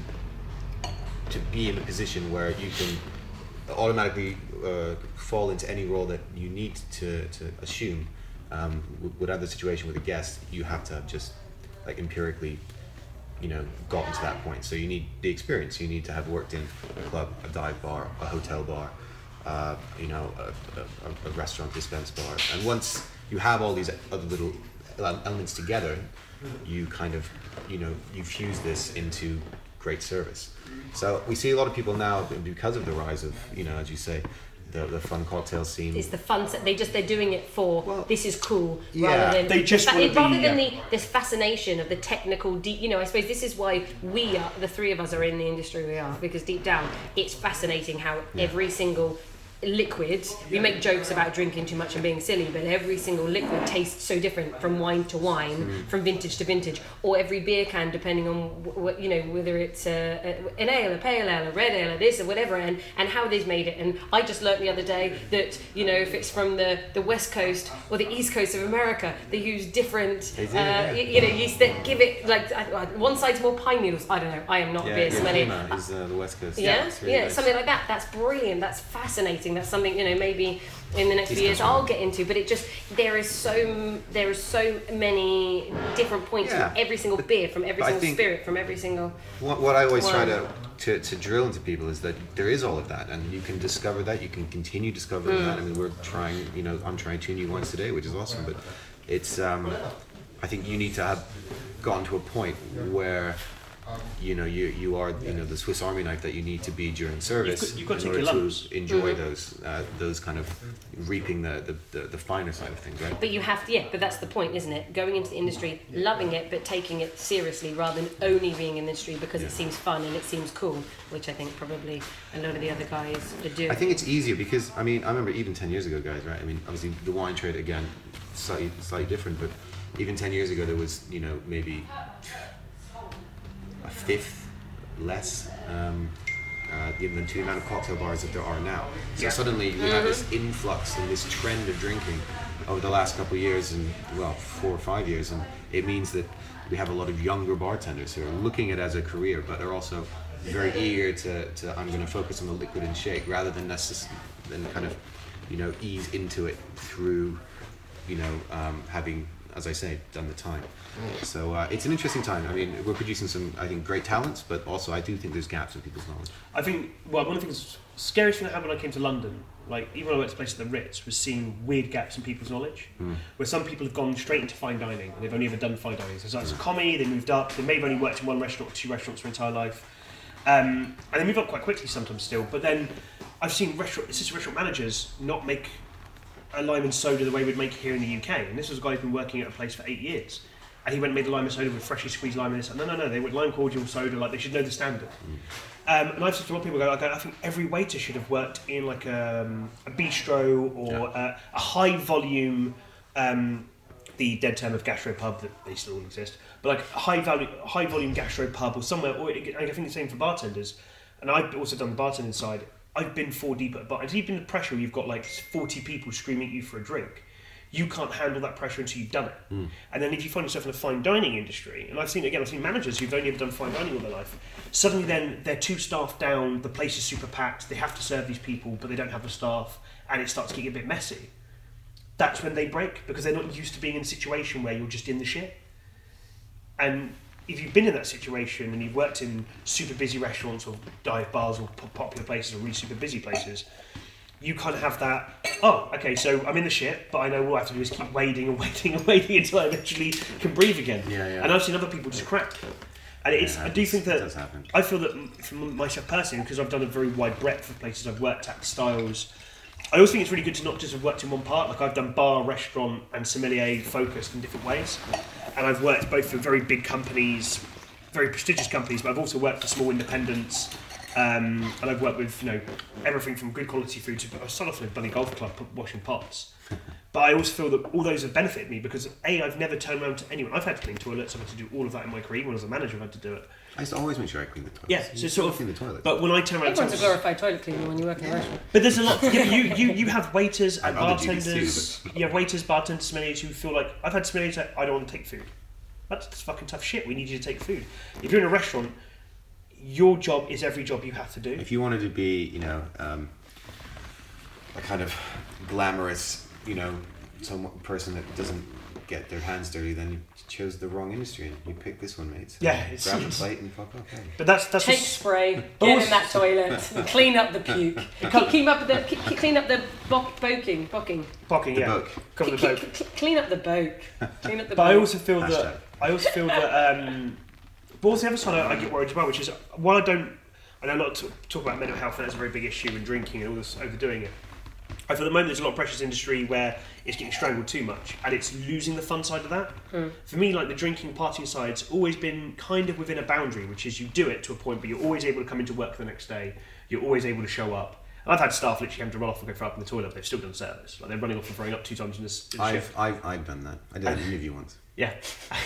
S3: to be in a position where you can automatically uh, fall into any role that you need to, to assume, um, w- whatever the situation with a guest, you have to have just like empirically, you know, gotten to that point. So you need the experience. You need to have worked in a club, a dive bar, a hotel bar, uh, you know, a, a, a restaurant dispense bar. And once you have all these other little ele- elements together, you kind of, you know, you fuse this into great service. So we see a lot of people now because of the rise of, you know, as you say, the, the fun cocktail scene.
S1: it's the fun. set- They just they're doing it for
S3: Well,
S1: this is cool
S3: yeah.
S1: rather than
S2: They just
S1: the fa-
S2: wanna be-
S1: rather than the this fascination of the technical. Deep, you know, I suppose this is why we are the three of us are in the industry we are because deep down it's fascinating how every single liquid we make jokes about drinking too much and being silly but every single liquid tastes so different from wine to wine from vintage to vintage or every beer can depending on wh- wh- you know whether it's a, a, an ale a pale ale a red ale a this or whatever and and how they've made it and i just learnt the other day that you know if it's from the the west coast or the east coast of america they use different
S3: They do,
S1: uh,
S3: yeah.
S1: y- you know you s- that give it like I, I- one side's more pine needles i don't know i am not a
S3: yeah,
S1: beer smelly
S3: Yokozuna is uh, the West Coast.
S1: yeah,
S3: it's
S1: yeah,
S3: really nice.
S1: something like that. That's brilliant. That's fascinating. That's something you know maybe in the next few
S3: These
S1: years
S3: guys are-
S1: I'll get into. But it just there is so m- there is so many different points
S3: Yeah.
S1: from every single beer, from every
S3: but I
S1: single
S3: think-
S1: spirit, from every single.
S3: What, what I always try
S1: Wow.
S3: to, to, to drill into people is that there is all of that, and you can discover that. You can continue discovering that. I
S2: Hmm.
S3: mean, we're trying, you know, I'm trying two new ones today, which is awesome. But it's, um, I think you need to have gotten to a point where, you know, you you are, you know, the Swiss Army knife that you need to be during service
S2: got- you've got to take
S3: in order
S2: your Mm-hmm.
S3: to
S2: lumps.
S3: enjoy those uh, those kind of reaping the, the, the, the finer side of things, right?
S1: But you have to, yeah. But that's the point, isn't it? Going into the industry, loving it, but taking it seriously rather than only being in the industry because
S3: Yeah.
S1: it seems fun and it seems cool, which I think probably a lot of the other guys are doing.
S3: I think it's easier because I mean I remember even ten years ago, guys. Right? I mean, obviously the wine trade again, slightly slightly different, but even ten years ago there was you know maybe a fifth less um, uh, than to the amount of cocktail bars that there are now. So
S2: Yeah.
S3: suddenly we have this influx and this trend of drinking over the last couple of years and well four or five years, and it means that we have a lot of younger bartenders who are looking at it as a career, but are also very eager to, to I'm going to focus on the liquid and shake rather than necess- than kind of you know ease into it through you know, um, having, as I say, done the time.
S2: Mm.
S3: So uh, it's an interesting time. I mean, we're producing some, I think, great talents, but also I do think there's gaps in people's knowledge.
S2: I think, well, one of the things, scariest thing that happened when I came to London, like even when I went to places like the Ritz, was seeing weird gaps in people's knowledge. Where some people have gone straight into fine dining and they've only ever done fine dining. So it's like, it's a commie, they moved up, they may have only worked in one restaurant or two restaurants their entire life. Um, and they move up quite quickly sometimes still. But then I've seen restaurant, assistant restaurant managers not make a lime and soda the way we'd make it here in the UK. And this was a guy who'd been working at a place for eight years. And he went and made the lime and soda with freshly squeezed lime and this. No, no, no, they would lime cordial soda, like they should know the standard. Um, and I've said to a lot of people, I go, I, go, I think every waiter should have worked in like um, a bistro or uh, a high volume, um, the dead term of gastro pub that they still all exist, but like a high value, high volume gastro pub or somewhere. Or I I think the same for bartenders. And I've also done the bartending side. I've been four deep at a bar. It's even the pressure. You've got like forty people screaming at you for a drink you can't handle that pressure until you've done it. And then if you find yourself in a fine dining industry, and I've seen again, I've seen managers who've only ever done fine dining all their life, suddenly then they're two staff down, the place is super packed, they have to serve these people, but they don't have the staff, and it starts getting a bit messy. That's when they break because they're not used to being in a situation where you're just in the shit. And if you've been in that situation and you've worked in super busy restaurants or dive bars or po- popular places or really super busy places, you kind of have that, oh, okay, so I'm in the shit, but I know all I have to do is keep wading and wading and wading until I eventually can breathe again.
S3: Yeah, yeah.
S2: And I've seen other people just crack. And it's,
S3: Yeah,
S2: I do think
S3: it
S2: that
S3: does happen.
S2: I feel that m- for m- myself personally, because I've done a very wide breadth of places I've worked at, styles. I also think it's really good to not just have worked in one part. Like I've done bar, restaurant, and sommelier focused in different ways, and I've worked both for very big companies, very prestigious companies, but I've also worked for small independents. Um, and I've worked with you know everything from good quality food to I started off in a bloody golf club p- washing pots. But I also feel that all those have benefited me because a I've never turned around to anyone. I've had to clean toilets. I've had to do all of that in my career. When I was a manager, I've had to do it.
S3: I used to always make sure I clean the toilet.
S2: Yeah, so sort of.
S3: clean the toilet.
S2: But when I turn around,
S1: Everyone's a
S2: to,
S1: glorified toilet cleaner when you work in a restaurant.
S2: but there's a lot. Yeah, but you, you you have waiters and
S3: And other duties too,
S2: bartenders. You have waiters, bartenders, sommeliers who feel like I've had sommeliers. Like, I don't want to take food. That's, that's fucking tough shit. We need you to take food. If you're in a restaurant, your job is every job you have to do.
S3: if you wanted to be, you know, um, a kind of glamorous, you know, some person that doesn't get their hands dirty, then you chose the wrong industry and you picked this one, mate. So
S2: Yeah, it's-
S3: grab a
S2: it's-
S3: plate and fuck off. hey.
S2: But that's that's
S1: Take
S2: what's-
S1: spray,
S2: But
S1: get
S2: also-
S1: in that toilet, clean up the puke, keep, keep up the keep, keep- clean up the bo- boking, boking,
S2: fucking
S3: The
S2: yeah.
S3: book.
S2: Cover the
S1: Keep-
S2: boat.
S1: keep- keep- clean up the boke, clean up the.
S2: But I
S1: boke.
S2: also feel
S3: Hashtag.
S2: that I also feel that. Um, but also the other side I, I get worried about, which is while I don't, I know a lot to talk about mental health, and that's a very big issue, and drinking and all this overdoing it. I feel at the moment there's a lot of pressures industry where it's getting strangled too much, and it's losing the fun side of that. For me, like the drinking partying side's always been kind of within a boundary, which is you do it to a point, but you're always able to come into work the next day. You're always able to show up. And I've had staff literally having to run off and go throw up in the toilet. They've still done service. Like they're running off and throwing up two times in this. In the shift.
S3: I've, I've, I've done that. I did an interview once.
S2: Yeah,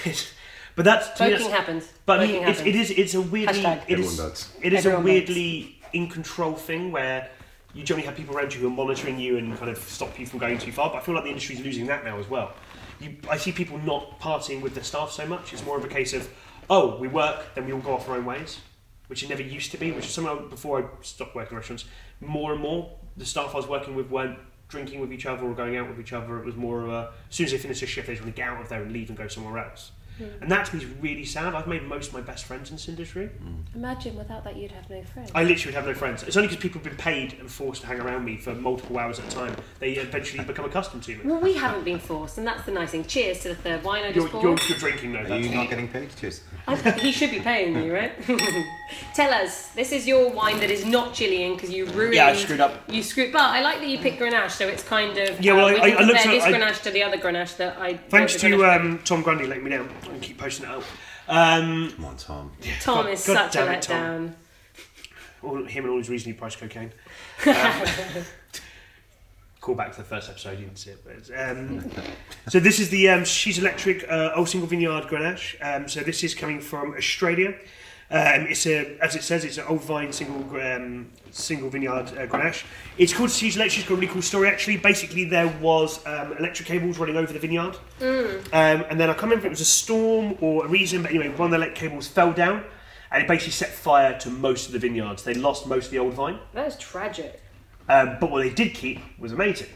S2: but that's, to me,
S1: Boking
S2: that's
S1: happens.
S2: but I
S1: Boking
S2: mean, it's, it
S1: happens.
S2: is it's a weirdly
S1: Hashtag.
S2: it
S3: Everyone
S2: is
S3: votes.
S2: it is a
S1: Everyone
S2: weirdly in control thing where you generally have people around you who are monitoring you and kind of stop you from going too far. But I feel like the industry's losing that now as well. You, I see people not partying with their staff so much. It's more of a case of oh, we work, then we all go off our own ways, which it never used to be. Which is somehow before I stopped working in restaurants, more and more the staff I was working with weren't drinking with each other or going out with each other. It was more of a as soon as they finish a shift, they just want to get out of there and leave and go somewhere else. And that to me is really sad. I've made most of my best friends in this industry.
S1: Imagine without that, you'd have no friends.
S2: I literally would have no friends. It's only because people have been paid and forced to hang around me for multiple hours at a time. They eventually become accustomed to me.
S1: Well, we haven't been forced, and that's the nice thing. Cheers to the third wine I
S2: You're,
S1: just
S2: you're,
S1: poured.
S2: you're drinking though.
S3: Are
S2: That's
S3: you not getting paid? Cheers.
S1: I- he should be paying you, right? Tell us, this is your wine that is not Chilean because you ruined.
S2: Yeah, I screwed up.
S1: You screwed, but I like that you picked Grenache, so it's kind of
S2: Yeah, well,
S1: uh,
S2: I-
S1: we
S2: I-
S1: can
S2: I looked
S1: compare this
S2: at- I-
S1: Grenache to the other Grenache that I.
S2: Thanks
S1: bought the
S2: to
S1: Grenache
S2: um, Tom Grundy letting me down. I keep posting it out. Um,
S3: Come on, Tom.
S1: from. Tom
S2: God-
S1: is
S2: God
S1: such a
S2: damn it, Tom.
S1: letdown.
S2: all, him and all his reasonably priced cocaine. Um, call back to the first episode, you didn't see it. But it's, um, so this is the um, She's Electric uh, Old Single Vineyard Grenache. Um, so this is coming from Australia. Um, it's a, as it says, it's an old vine single um, single vineyard uh, Grenache. It's called Season Electric. It's got a really cool story actually. Basically, there was um, electric cables running over the vineyard, um, and then I can't remember if it was a storm or a reason, but anyway, one of the electric cables fell down, and it basically set fire to most of the vineyards. They lost most of the old vine.
S1: That is tragic.
S2: Um, but what they did keep was amazing.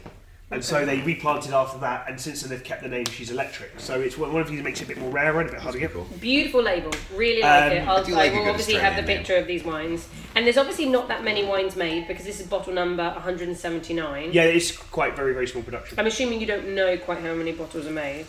S2: And so they replanted after that, and since then they've kept the name She's Electric. So it's one one of these that makes it a bit more rare and a bit harder to get.
S1: Beautiful label. Really like
S2: Um,
S1: it. I'll,
S3: I do
S1: I
S3: like a
S1: will
S3: good
S1: obviously have the
S3: Australian name.
S1: picture of these wines. And there's obviously not that many wines made because this is bottle number 179.
S2: Yeah, it's quite very, very small production.
S1: I'm assuming you don't know quite how many bottles are made,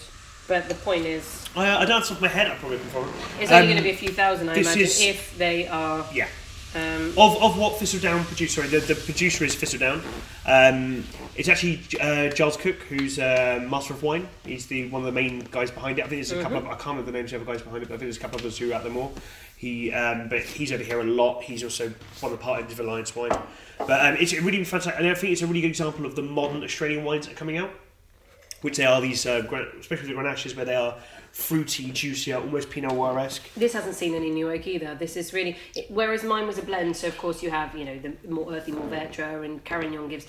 S1: but the point is,
S2: I, uh, I don't have off my head, I probably before.
S1: it's only going to be a few thousand, I
S2: Um, this
S1: imagine,
S2: is-
S1: if they are.
S2: Yeah.
S1: Um,
S2: Of, of what Thistledown producer, sorry, the, the producer is Thistledown. Um, it's actually uh, Giles Cook, who's uh, master of wine. He's the one of the main guys behind it. I think there's a couple
S1: Mm-hmm.
S2: of, I can't remember the names of the other guys behind it, but I think there's a couple of others who are out there more. He, um, but he's over here a lot. He's also one of the part of Alliance Wine. But um, it's a really fantastic, and I think it's a really good example of the modern Australian wines that are coming out. Which they are these, uh, gran- especially the Grenaches, where they are fruity, juicier, almost Pinot Noir esque.
S1: this hasn't seen any new oak either. This is really. It, whereas mine was a blend, so of course you have, you know, the more earthy Morvetra and Carignan gives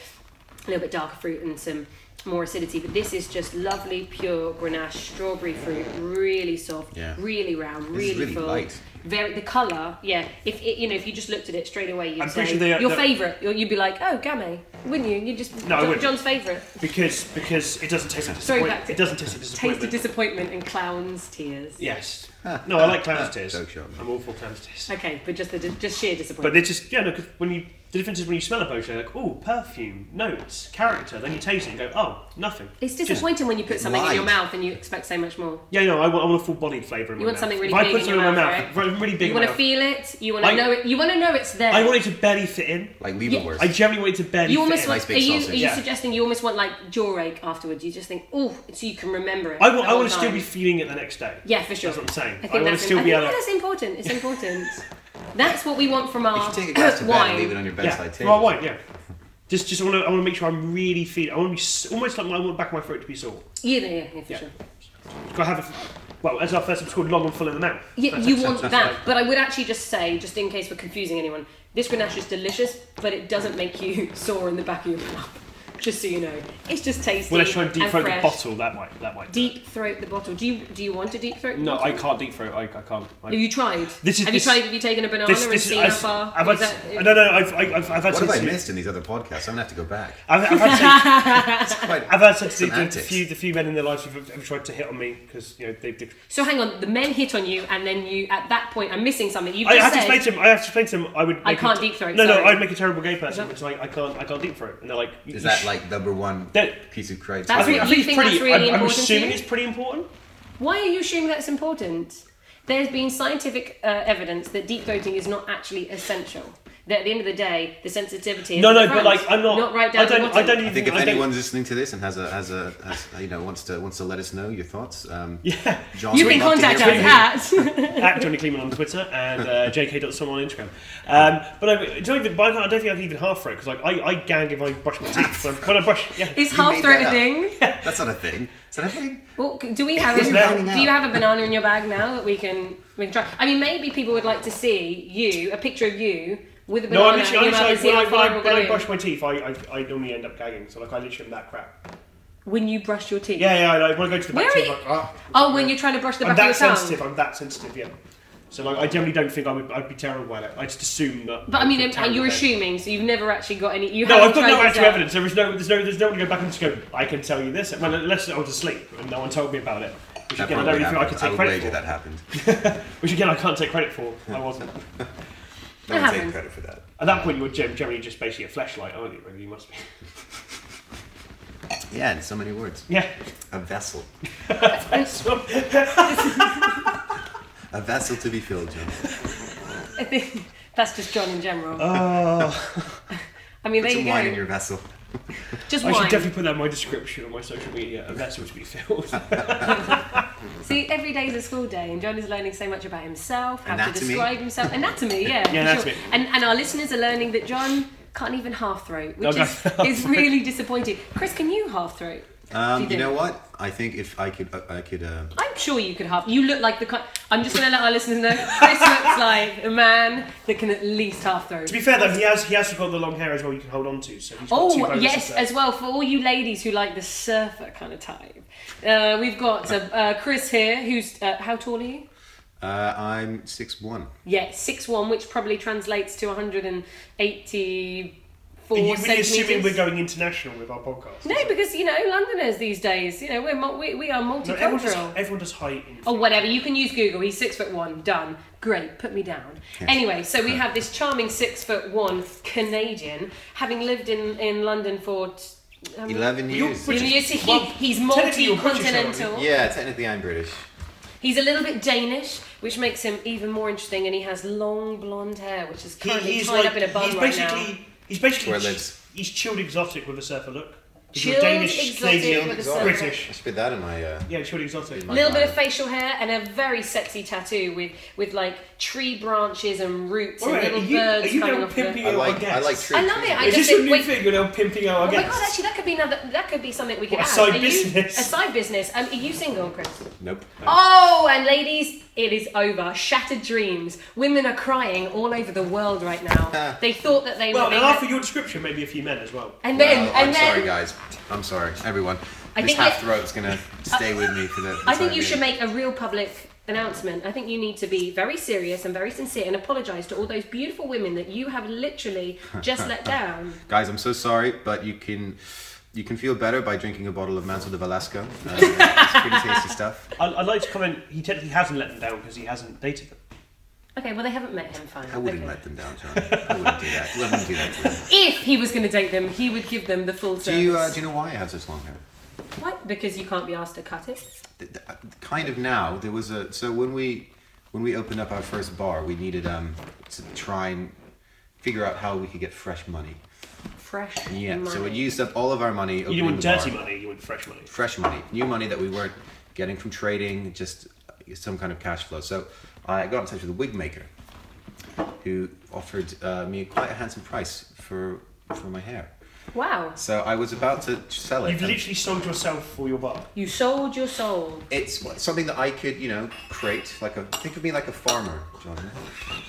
S1: a little bit darker fruit and some more acidity. But this is just lovely, pure Grenache, strawberry fruit, really soft,
S3: Yeah.
S1: really round,
S3: This
S1: really,
S3: is really
S1: full.
S3: light.
S1: Very the colour, yeah. If it, you know, if you just looked at it straight away, you'd
S2: I'm
S1: say
S2: pretty sure they are-
S1: your
S2: they're-
S1: favourite. You'd you'd be like, oh, Gamay, wouldn't you? You just
S2: No, I
S1: John-
S2: wouldn't.
S1: John's favourite.
S2: Because because it doesn't taste of
S1: Sorry, back
S2: disappointment.
S1: to-
S2: It doesn't taste of
S1: Taste of
S2: disappointment.
S1: disappointment and clowns' tears.
S2: Yes. No, I like clown's tears.
S3: Joke shot, mate.
S2: I'm all for clown's tears.
S1: Okay, but just the just sheer
S2: But
S1: disappointment.
S2: they're just yeah. No, 'cause when you the difference is when you smell a potion, you're like oh perfume, notes, character. Then you taste it and go oh nothing.
S1: it's disappointing when you put something in your
S3: lied.
S1: mouth and you expect so much more.
S2: Yeah, no, I want, I want a full bodied flavour in
S1: You
S2: my
S1: want
S2: mouth.
S1: something really
S2: if I
S1: big
S2: put
S1: in
S2: something
S1: your
S2: in my
S1: mouth,
S2: mouth, right? really big
S1: You
S2: in
S1: want to
S2: my mouth.
S1: feel it. You want to
S2: I-
S1: know it. You want to know it's there.
S2: I want it to barely fit in.
S3: Like
S1: Yeah.
S3: Leavenworth.
S2: I generally want it to barely
S1: you
S2: fit
S1: almost
S2: in.
S1: want.
S3: Nice
S1: Are
S3: big
S1: you, are
S3: sausage.
S1: you
S2: Yeah.
S1: suggesting you almost want like jaw ache afterwards? You just think, oh, so you can remember it.
S2: I want,
S1: the
S2: I
S1: whole
S2: want to still
S1: time.
S2: be feeling it the next day.
S1: Yeah, for sure.
S2: That's what I'm
S1: I
S2: saying.
S1: think
S2: I, want to
S1: that's,
S2: still
S1: I
S2: be
S1: think
S2: able to.
S1: that's important. It's important. that's what we want from
S3: you
S1: our
S3: should take a glass to bed
S1: wine.
S3: and leave it on your
S2: Yeah,
S3: bedside
S2: well, I
S3: table.
S2: won't, yeah. Just, just want to, I want to make sure I'm really feeling. I want to be s- almost like I want the back of my throat to be sore.
S1: yeah, yeah, yeah, for
S2: Yeah.
S1: sure.
S2: Gotta have a, well, as our first episode called Long and Full in the Mouth.
S1: Yeah,
S2: That's
S1: you
S2: it.
S1: want that, but I would actually just say, just in case we're confusing anyone, this Grenache is delicious, but it doesn't make you sore in the back of your mouth. Just so you know, it's just tasty
S2: Well, let's try and deep
S1: and
S2: throat the
S1: fresh.
S2: bottle. That might, that might.
S1: Deep throat the bottle. Do you do you want to deep throat? the
S2: No,
S1: bottle?
S2: I can't deep throat. I, I can't. I,
S1: Have you tried?
S2: This is-
S1: have
S2: this-
S1: you tried? Have you taken a banana
S2: this,
S1: and
S2: this
S1: seen
S2: I,
S1: how far?
S2: I've
S1: is
S2: had,
S1: that-
S2: no, no, I've, I, I've, I've had
S3: What have I
S2: to-
S3: missed in these other podcasts? I'm gonna have to go back.
S2: I've, I've had
S3: It's quite.
S2: to, I've had to
S3: Some
S2: the, the
S3: antics.
S2: few, the few men in their lives who've ever tried to hit on me because you know they. they
S1: So hang on, the men hit on you, and then you at that point I'm missing something. You
S2: I
S1: just
S2: have to
S1: said
S2: explain to them. I have to explain to them. I would.
S1: I
S2: make a-
S1: can't deep throat,
S2: No, no,
S1: sorry.
S2: I'd make a terrible gay person
S1: that-
S2: because like I can't, I can't deep throat, and they're like. you-
S3: Is
S2: you
S3: that
S2: sh-
S3: like number one
S2: That-
S3: piece of criteria?
S1: That's
S2: I think,
S1: what
S2: I think
S1: you
S2: it's
S1: think
S2: pretty.
S1: that's really
S2: I'm, I'm
S1: important to
S2: assuming
S1: you?
S2: it's pretty important.
S1: Why are you assuming that's important? There's been scientific uh, evidence that deep throating is not actually essential. That at the end of the day, the sensitivity. Is
S2: No,
S1: at the
S2: no, but
S1: front,
S2: like I'm not.
S1: Not right down
S2: I don't.
S1: the
S2: I
S1: bottom.
S2: don't even.
S3: I think if
S2: don't-
S3: anyone's listening to this and has a has a has, you know wants to wants to let us know your thoughts, um,
S2: Yeah.
S3: John,
S1: You
S3: we'd
S1: can
S3: love to
S1: contact
S3: hear from you.
S1: us at.
S2: at Johnny Kleeman on Twitter and uh, jk.som on Instagram. Um, but I don't even. But I don't think I've even half throat because like I, I gag if I brush my teeth. So when I brush, yeah.
S1: Is
S3: You
S1: half
S3: made
S1: throat
S3: that
S1: a
S3: up.
S1: thing?
S3: That's not a thing. Is that a thing?
S1: Well, c- do we have?
S3: It's
S1: A,
S3: now.
S1: do you have a banana in your bag now that we can we can try? I mean, maybe people would like to see you a picture of you with a banana
S2: No, I
S1: in
S2: literally.
S1: your mouth
S2: I
S1: and see
S2: literally
S1: how
S2: when I, when
S1: far
S2: I,
S1: we'll
S2: when
S1: go.
S2: I brush my teeth, I, I, I normally end up gagging. So like I literally am that crap.
S1: when you brush your teeth.
S2: Yeah, yeah. I like, when I go to the
S1: Where
S2: bathroom,
S1: are
S2: like, ah,
S1: Oh, when you're trying to brush the
S2: I'm
S1: back
S2: that
S1: of your tongue.
S2: sensitive. I'm that sensitive. Yeah. So like I generally don't think I would. I'd be terrible at it. I just assume that.
S1: But I mean,
S2: I'm
S1: um,
S2: terrible
S1: you're
S2: at it.
S1: assuming, so you've never actually got any. You
S2: No,
S1: haven't
S2: I've got
S1: tried
S2: no
S1: this
S2: actual
S1: out.
S2: evidence. There is no, there's no, there's no one to go back and just go. I can tell you this. Well, unless I was asleep and no one told me about it, which
S3: That
S2: again I
S3: probably
S2: don't even think I could
S3: happened. I
S2: take
S3: would
S2: credit
S3: wager
S2: for.
S3: that happened.
S2: Which again I can't take credit for. I wasn't.
S3: No one take
S1: happened.
S3: credit for that.
S2: At that point, you were gen- generally just basically a flashlight, aren't you? Really, you must be.
S3: Yeah, in so many words,
S2: Yeah.
S3: a vessel,
S2: So-
S3: a vessel to be filled, John.
S1: I think that's just John in general.
S2: Oh,
S1: I mean,
S3: Put
S1: there you
S3: some
S1: go.
S3: wine in your vessel.
S1: Just
S2: I
S1: wine.
S2: should definitely put that in my description on my social media. A vessel to be filled.
S1: See, every day is a school day, and John is learning so much about himself, how to
S3: Anatomy.
S1: describe himself, anatomy. Yeah,
S2: Yeah,
S1: for
S2: anatomy.
S1: Sure. And and our listeners are learning that John can't even half throat, which
S2: Okay.
S1: is, is really disappointing. Chris, can you half throat? Do
S3: Um, you
S1: you
S3: know
S1: think?
S3: what? I I think if I could, I, I could. Uh,
S1: I'm sure you could half. You look like the. kind- I'm just going to let our listeners know. Chris looks like a man that can at least half throw.
S2: To be fair though, he has he has got the long hair as well. You can hold on to. So he's got
S1: Oh
S2: two bonuses
S1: yes,
S2: there.
S1: as well for all you ladies who like the surfer kind of type. Uh, we've got uh, uh, Chris here, who's uh, how tall are you?
S3: uh, I'm six one.
S1: Yeah, six one, which probably translates to 184
S2: Are you really
S1: centimeters.
S2: assuming we're going international with our podcast?
S1: no, because you know Londoners these days, you know we're mul- we, we are
S2: No, everyone does,
S1: multicultural.
S2: everyone does height. in-
S1: Oh, whatever. You can use Google. He's six foot one. Done. Great. Put me down. Anyway, so we have this charming six foot one Canadian, having lived in, in London for t- how many-
S3: Eleven
S2: You're
S3: years.
S2: British.
S1: You know, so he,
S2: Well,
S1: he's
S2: technically you're British, aren't you?
S1: multi-continental.
S3: Yeah, technically I'm British.
S1: He's a little bit Danish, which makes him even more interesting, and he has long blonde hair, which is
S2: He-
S1: currently
S2: he's
S1: tied
S2: like-
S1: up in a bun
S2: he's
S1: right
S2: basically
S1: now.
S2: he's basically
S3: Where it lives.
S2: he's chilled exotic with a surfer look. He's
S1: Chilled
S2: Danish,
S1: exotic
S2: Canadian,
S1: with
S3: a surfer.
S2: British.
S3: I should put that in my. Uh,
S2: Yeah, chilled exotic.
S1: A
S3: my
S1: little bit
S3: bio.
S1: of facial hair and a very sexy tattoo with, with like tree branches and roots
S4: All right, are
S1: and little
S4: you, are
S1: birds
S4: you
S1: coming
S4: now
S1: off the.
S4: pimping
S1: Oh
S3: I
S4: out
S3: like.
S4: our
S3: I
S4: guests?
S3: like true.
S1: I love it, I
S4: Is
S1: just
S4: this your
S1: think-
S4: new
S1: wait- Oh
S4: thing? We're now pimping out our
S1: my god,
S4: guests.
S1: actually, that could be another. That could be something we could
S2: What, a
S1: add.
S2: side
S1: Are you-
S2: business?
S1: a side business. Um, are you single, Chris?
S3: Nope.
S1: Oh, and ladies, it is over. Shattered dreams. Women are crying all over the world right now. they thought that they
S2: Uh. Well,
S1: were.
S2: and after your description, maybe a few men as well.
S1: and then,
S3: Wow,
S1: and
S3: Uh, I'm
S1: then,
S3: sorry, guys. I'm sorry, everyone.
S1: I
S3: this
S1: think
S3: half
S1: it-
S3: throat's gonna stay with me for the. the
S1: I think
S3: time
S1: you should make
S3: being.
S1: a real public announcement. I think you need to be very serious and very sincere and apologise to all those beautiful women that you have literally just let down.
S3: Guys, I'm so sorry, but you can. You can feel better by drinking a bottle of Manso de Velasco. Uh, it's pretty tasty stuff.
S2: I, I'd like to comment. He technically hasn't let them down because he hasn't dated them.
S1: Okay, well they haven't met him. Fine.
S3: I wouldn't
S1: Okay.
S3: let them down, John. I wouldn't do that. I wouldn't do that to them.
S1: If he was going to date them, he would give them the full
S3: Do
S1: service.
S3: you, uh, do you know why I have such long hair?
S1: Why? Because you can't be asked to cut it.
S3: Th- th- uh, Kind of now. There was a so when we when we opened up our first bar, we needed um to try and figure out how we could get fresh money.
S1: Fresh.
S3: Yeah.
S1: money.
S3: So it used up all of our money.
S2: You
S3: opening
S2: didn't want
S3: the
S2: dirty
S3: bar.
S2: money. You want fresh money.
S3: fresh money, new money that we weren't getting from trading, just some kind of cash flow. So I got in touch with a wig maker who offered uh, me quite a handsome price for for my hair.
S1: Wow.
S3: So I was about to sell it.
S2: You've
S3: and
S2: literally sold yourself for your bar.
S1: You sold your soul.
S3: it's something that I could, you know, create like a think of me like a farmer, John,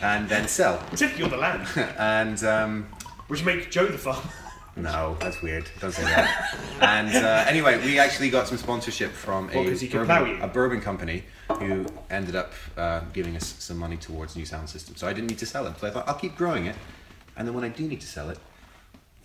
S3: and then sell.
S2: Except you're the land,
S3: And um,
S2: which make Joe the farm.
S3: no, that's weird. Don't say that. and uh, anyway, we actually got some sponsorship from a,
S2: Well, 'cause he can plough
S3: bourbon,
S2: you.
S3: a bourbon company who ended up uh, giving us some money towards New Sound System. So I didn't need to sell it. So I thought I'll keep growing it, and then when I do need to sell it,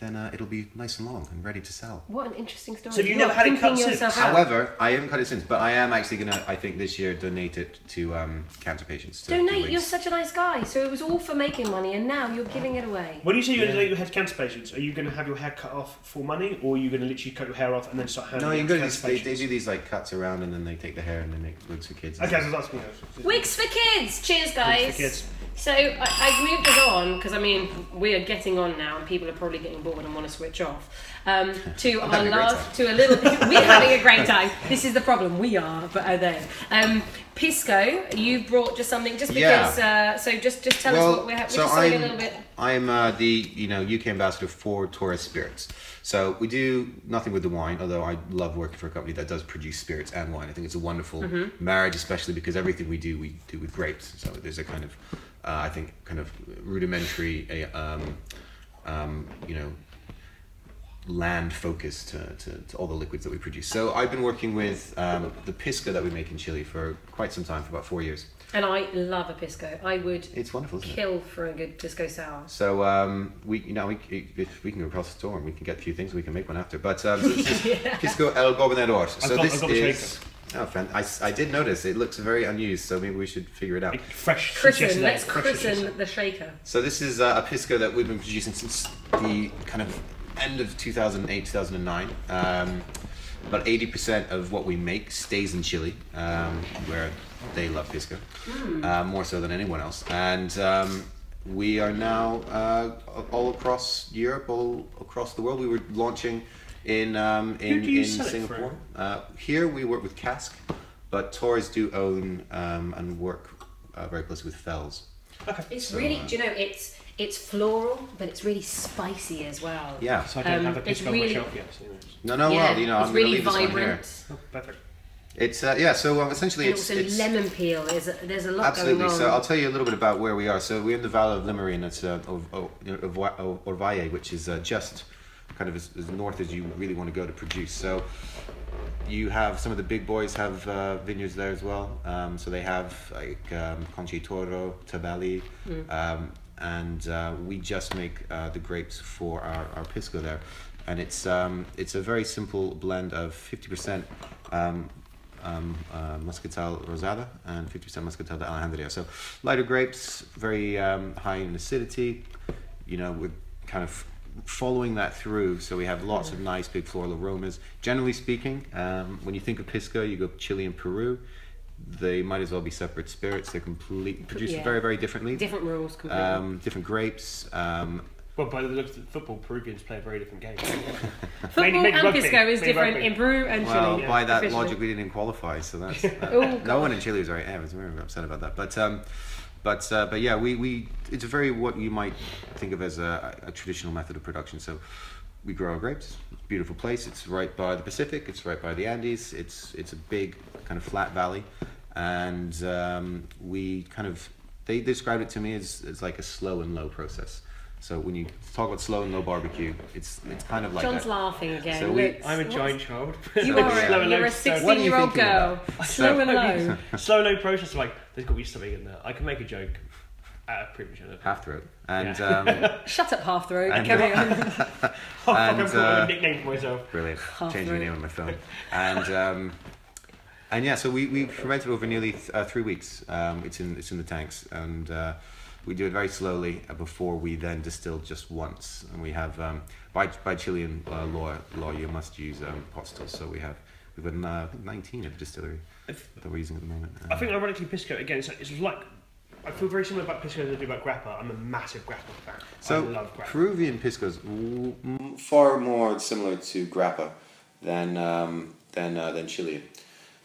S3: then uh, it'll be nice and long and ready to sell.
S1: What an interesting story.
S2: So have you
S1: You're
S2: never had it
S1: pimping
S2: cut since?
S1: yourself out.
S3: However, I haven't cut it since, but I am actually gonna, I think this year, donate it to um, cancer patients. to the
S1: Donate. You're
S3: wigs.
S1: such a nice guy. So it was all for making money, and now you're giving it away.
S2: When you say you're going to date your head cancer patients, are you going to have your hair cut off for money, or are you going to literally cut your hair off and then start handing
S3: No,
S2: it
S3: you
S2: to
S3: go to these,
S2: cancer
S3: they, they
S2: patients?
S3: do these like cuts around and then they take the hair and they make wigs for kids.
S2: Okay, so that's me. now.
S1: Wigs for kids. Cheers, guys.
S2: for kids.
S1: So I, I've moved us on because I mean we are getting on now, and people are probably getting bored and want to switch off. Um, to our
S3: having a great
S1: last, to a little, we're having a great time. This is the problem. We are, but are they? Um, Pisco, you brought just something just
S3: Yeah.
S1: because. Uh, so just just tell us what we're, ha- we're
S3: so
S1: just having a little bit.
S3: I'm uh, the you know UK ambassador for Taurus Spirits. So we do nothing with the wine, although I love working for a company that does produce spirits and wine. I think it's a wonderful marriage, especially because everything we do we do with grapes. So there's a kind of uh, I think kind of rudimentary a, um, um, you know land focus to, to, to all the liquids that we produce. So I've been working with um, the pisco that we make in Chile for quite some time, for about four years.
S1: And I love a Pisco. I would
S3: It's wonderful, isn't it?
S1: kill for a good Pisco sour.
S3: So um, we, you know, we, if we can go across the store and we can get a few things. We can make one after. But um, this is Pisco El Gobernador. So
S2: got- I've
S3: this
S2: got the
S3: is. Oh, fan- I, s- I did notice it looks very unused. So maybe we should figure it out.
S2: Like, Fresh since
S1: Christen,
S2: yesterday.
S1: let's
S2: Fresh since yesterday.
S1: christen the shaker.
S3: So this is uh, a pisco that we've been producing since the kind of end of 2008, 2009. Um, about 80% of what we make stays in Chile, um, where they love pisco,
S2: Hmm.
S3: uh, more so than anyone else. And um, we are now uh, all across Europe, all across the world. We were launching in um, in,
S2: do you
S3: in
S2: sell it
S3: Singapore. Uh, here we work with Cask, but Torres do own um, and work uh, very closely with Fells. uh,
S1: It's really, do you know, it's It's floral, but it's really spicy as well.
S3: Yeah.
S6: So I don't
S1: Um,
S6: have a
S1: it's
S6: picture on
S1: really-
S6: my shelf yet. So it's-
S3: No, no,
S1: Yeah,
S3: well, you know,
S1: it's
S3: I'm
S1: really
S3: going to leave this one here.
S6: Oh,
S1: vibrant.
S5: Perfect.
S3: It's, uh, yeah, so um, essentially
S1: And
S3: it's.
S1: also
S3: it's-
S1: lemon peel. There's a, there's a lot
S3: Absolutely.
S1: going on.
S3: So I'll tell you a little bit about where we are. So we're in the Valley of Limerick, it's uh, O- O- you know, Orva- O- Orvalle, which is uh, just kind of as, as north as you really want to go to produce. So you have some of the big boys have uh, vineyards there as well. Um, so they have like um, Conchitoro, Tabelli,
S1: Mm.
S3: um, and uh, we just make uh, the grapes for our, our pisco there. And it's um, it's a very simple blend of fifty percent um, um, uh, Muscatel Rosada and 50% Muscatel de Alejandría. So lighter grapes, very um, high in acidity. You know, we're kind of following that through. So we have lots of nice big floral aromas. Generally speaking, um, when you think of Pisco, you go Chile and Peru. They might as well be separate spirits. They're completely produced
S1: Yeah.
S3: very, very differently.
S1: Different rules completely.
S3: um, different grapes. Um,
S6: Well, by the looks of football, Peruvians play a very different game.
S5: mainly-
S1: Football
S5: mainly
S1: and
S5: rugby,
S1: Pisco is
S5: mainly
S1: different
S5: rugby.
S1: in Peru and Chile.
S3: Well, by that
S1: officially.
S3: logic, we didn't qualify, so that's that-
S1: Oh,
S3: no one in Chile was very. I was very upset about that, but um, but uh, but yeah, we we it's very what you might think of as a, a traditional method of production. So we grow our grapes. Beautiful place. It's right by the Pacific. It's right by the Andes. It's it's a big kind of flat valley, and um, we kind of they described it to me as, as like a slow and low process. So when you talk about slow and low barbecue, it's it's kind of like
S1: John's
S3: that.
S1: laughing again.
S3: So we-
S1: Look,
S6: I'm a
S1: what's-
S6: giant child.
S1: You
S3: Slow
S1: are
S3: and
S1: a,
S6: low.
S1: you're a
S6: So what
S3: are you
S1: 16 year old
S3: thinking
S1: girl.
S3: about?
S1: Slow and low.
S6: Slow, low process. Like, there's got to be something in there. I can make a joke out of pretty much anything. Oh,
S3: Half throat and.
S6: Yeah.
S3: Um,
S1: Shut up, half throat.
S3: And-
S1: Carry on.
S6: Oh, fuck,
S3: And,
S6: I've got
S3: uh,
S6: a nickname for myself.
S3: Brilliant.
S1: Half
S3: Changing the
S1: right.
S3: name on my phone. And um, and yeah, so we, we fermented over nearly th- uh, three weeks. Um, it's in it's in the tanks, and uh, we do it very slowly uh, before we then distill just once. And we have um, by by Chilean uh, law law you must use um, pot stills. So we have we've got uh, nineteen at the distillery that we're using at the moment.
S5: I think ironically, Pisco again. It's, it's like I feel very similar about Pisco as I do about Grappa. I'm a massive Grappa fan.
S3: So
S5: I love Grappa.
S3: Peruvian pisco is w- m- far more similar to grappa than um, than uh, than Chilean.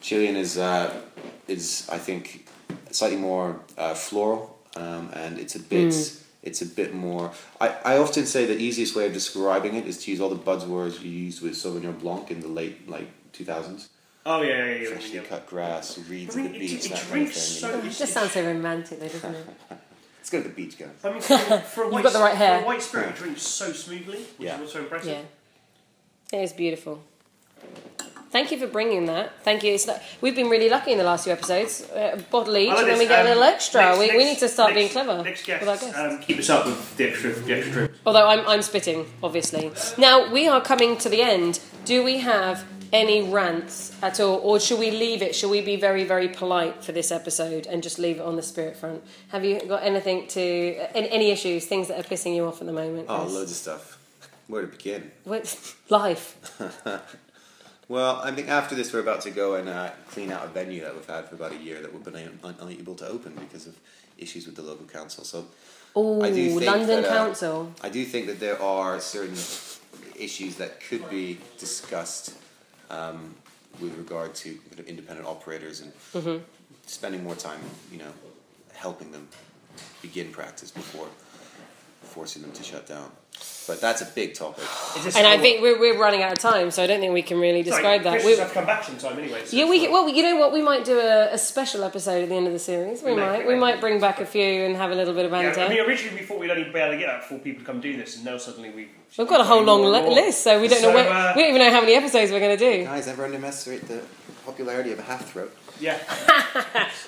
S3: Chilean is uh, is I think slightly more uh, floral, um, and it's a bit it's a bit more. I, I often say the easiest way of describing it is to use all the buzzwords you used with Sauvignon Blanc in the late like two thousands.
S5: Oh yeah, yeah, yeah.
S3: Freshly cut grass, reeds
S5: I
S3: at
S5: mean,
S3: the
S5: it-
S3: beach,
S5: it
S3: that kind of
S5: drinks
S3: thing.
S5: so-
S3: you know.
S1: It just sounds so romantic, though, doesn't it?
S3: Let's go to the beach, guys.
S5: I mean, for, for a white,
S1: got the right hair.
S5: For a white spirit, it drinks so smoothly, which
S3: Yeah.
S5: is also impressive.
S1: Yeah. It is beautiful. Thank you for bringing that. Thank you. It's not, we've been really lucky in the last few episodes. Uh, bottle each,
S5: I like
S1: and then
S5: this,
S1: we get
S5: um,
S1: a little extra.
S5: next-
S1: we, we
S5: next-
S1: need to start
S5: next-
S1: being clever.
S5: Next
S1: with our
S5: guest,
S1: guests.
S5: um, keep us up with the extra, the extra drinks.
S1: Although I'm, I'm spitting, obviously. Now, we are coming to the end. Do we have any rants at all? Or should we leave it? Shall we be very, very polite for this episode and just leave it on the spirit front? Have you got anything to. uh, Any, any issues, things that are pissing you off at the moment?
S3: Oh,
S1: Chris?
S3: loads of stuff. Where to begin?
S1: What's life?
S3: Well, I think after this, we're about to go and uh, clean out a venue that we've had for about a year that we've been un- un- unable to open because of issues with the local council. So,
S1: Oh,
S3: I do think
S1: London
S3: that, uh,
S1: Council.
S3: I do think that there are certain issues that could be discussed um, with regard to kind of independent operators and
S1: Mm-hmm.
S3: spending more time, you know, helping them begin practice before forcing them to shut down. But that's a big topic.
S1: And I think we're, we're running out of time, so I don't think we can really describe that.
S5: We
S1: We,
S5: have to come back sometime anyway. so
S1: yeah,
S5: it's fine.
S1: we could, well, you know what? We might do a, a special episode at the end of the series. We
S5: We may-
S1: might.
S5: we
S1: We
S5: may.
S1: might bring back a few and have a little bit of banter.
S5: Yeah, I mean, originally we thought we'd only be able to get like four people to come do this, and now suddenly we
S1: We've got a whole long li- list, so we don't know
S5: So,
S1: where,
S5: uh,
S1: we don't even know how many episodes we're going to do.
S3: Guys, ever underestimate the popularity of a half throat?
S5: Yeah.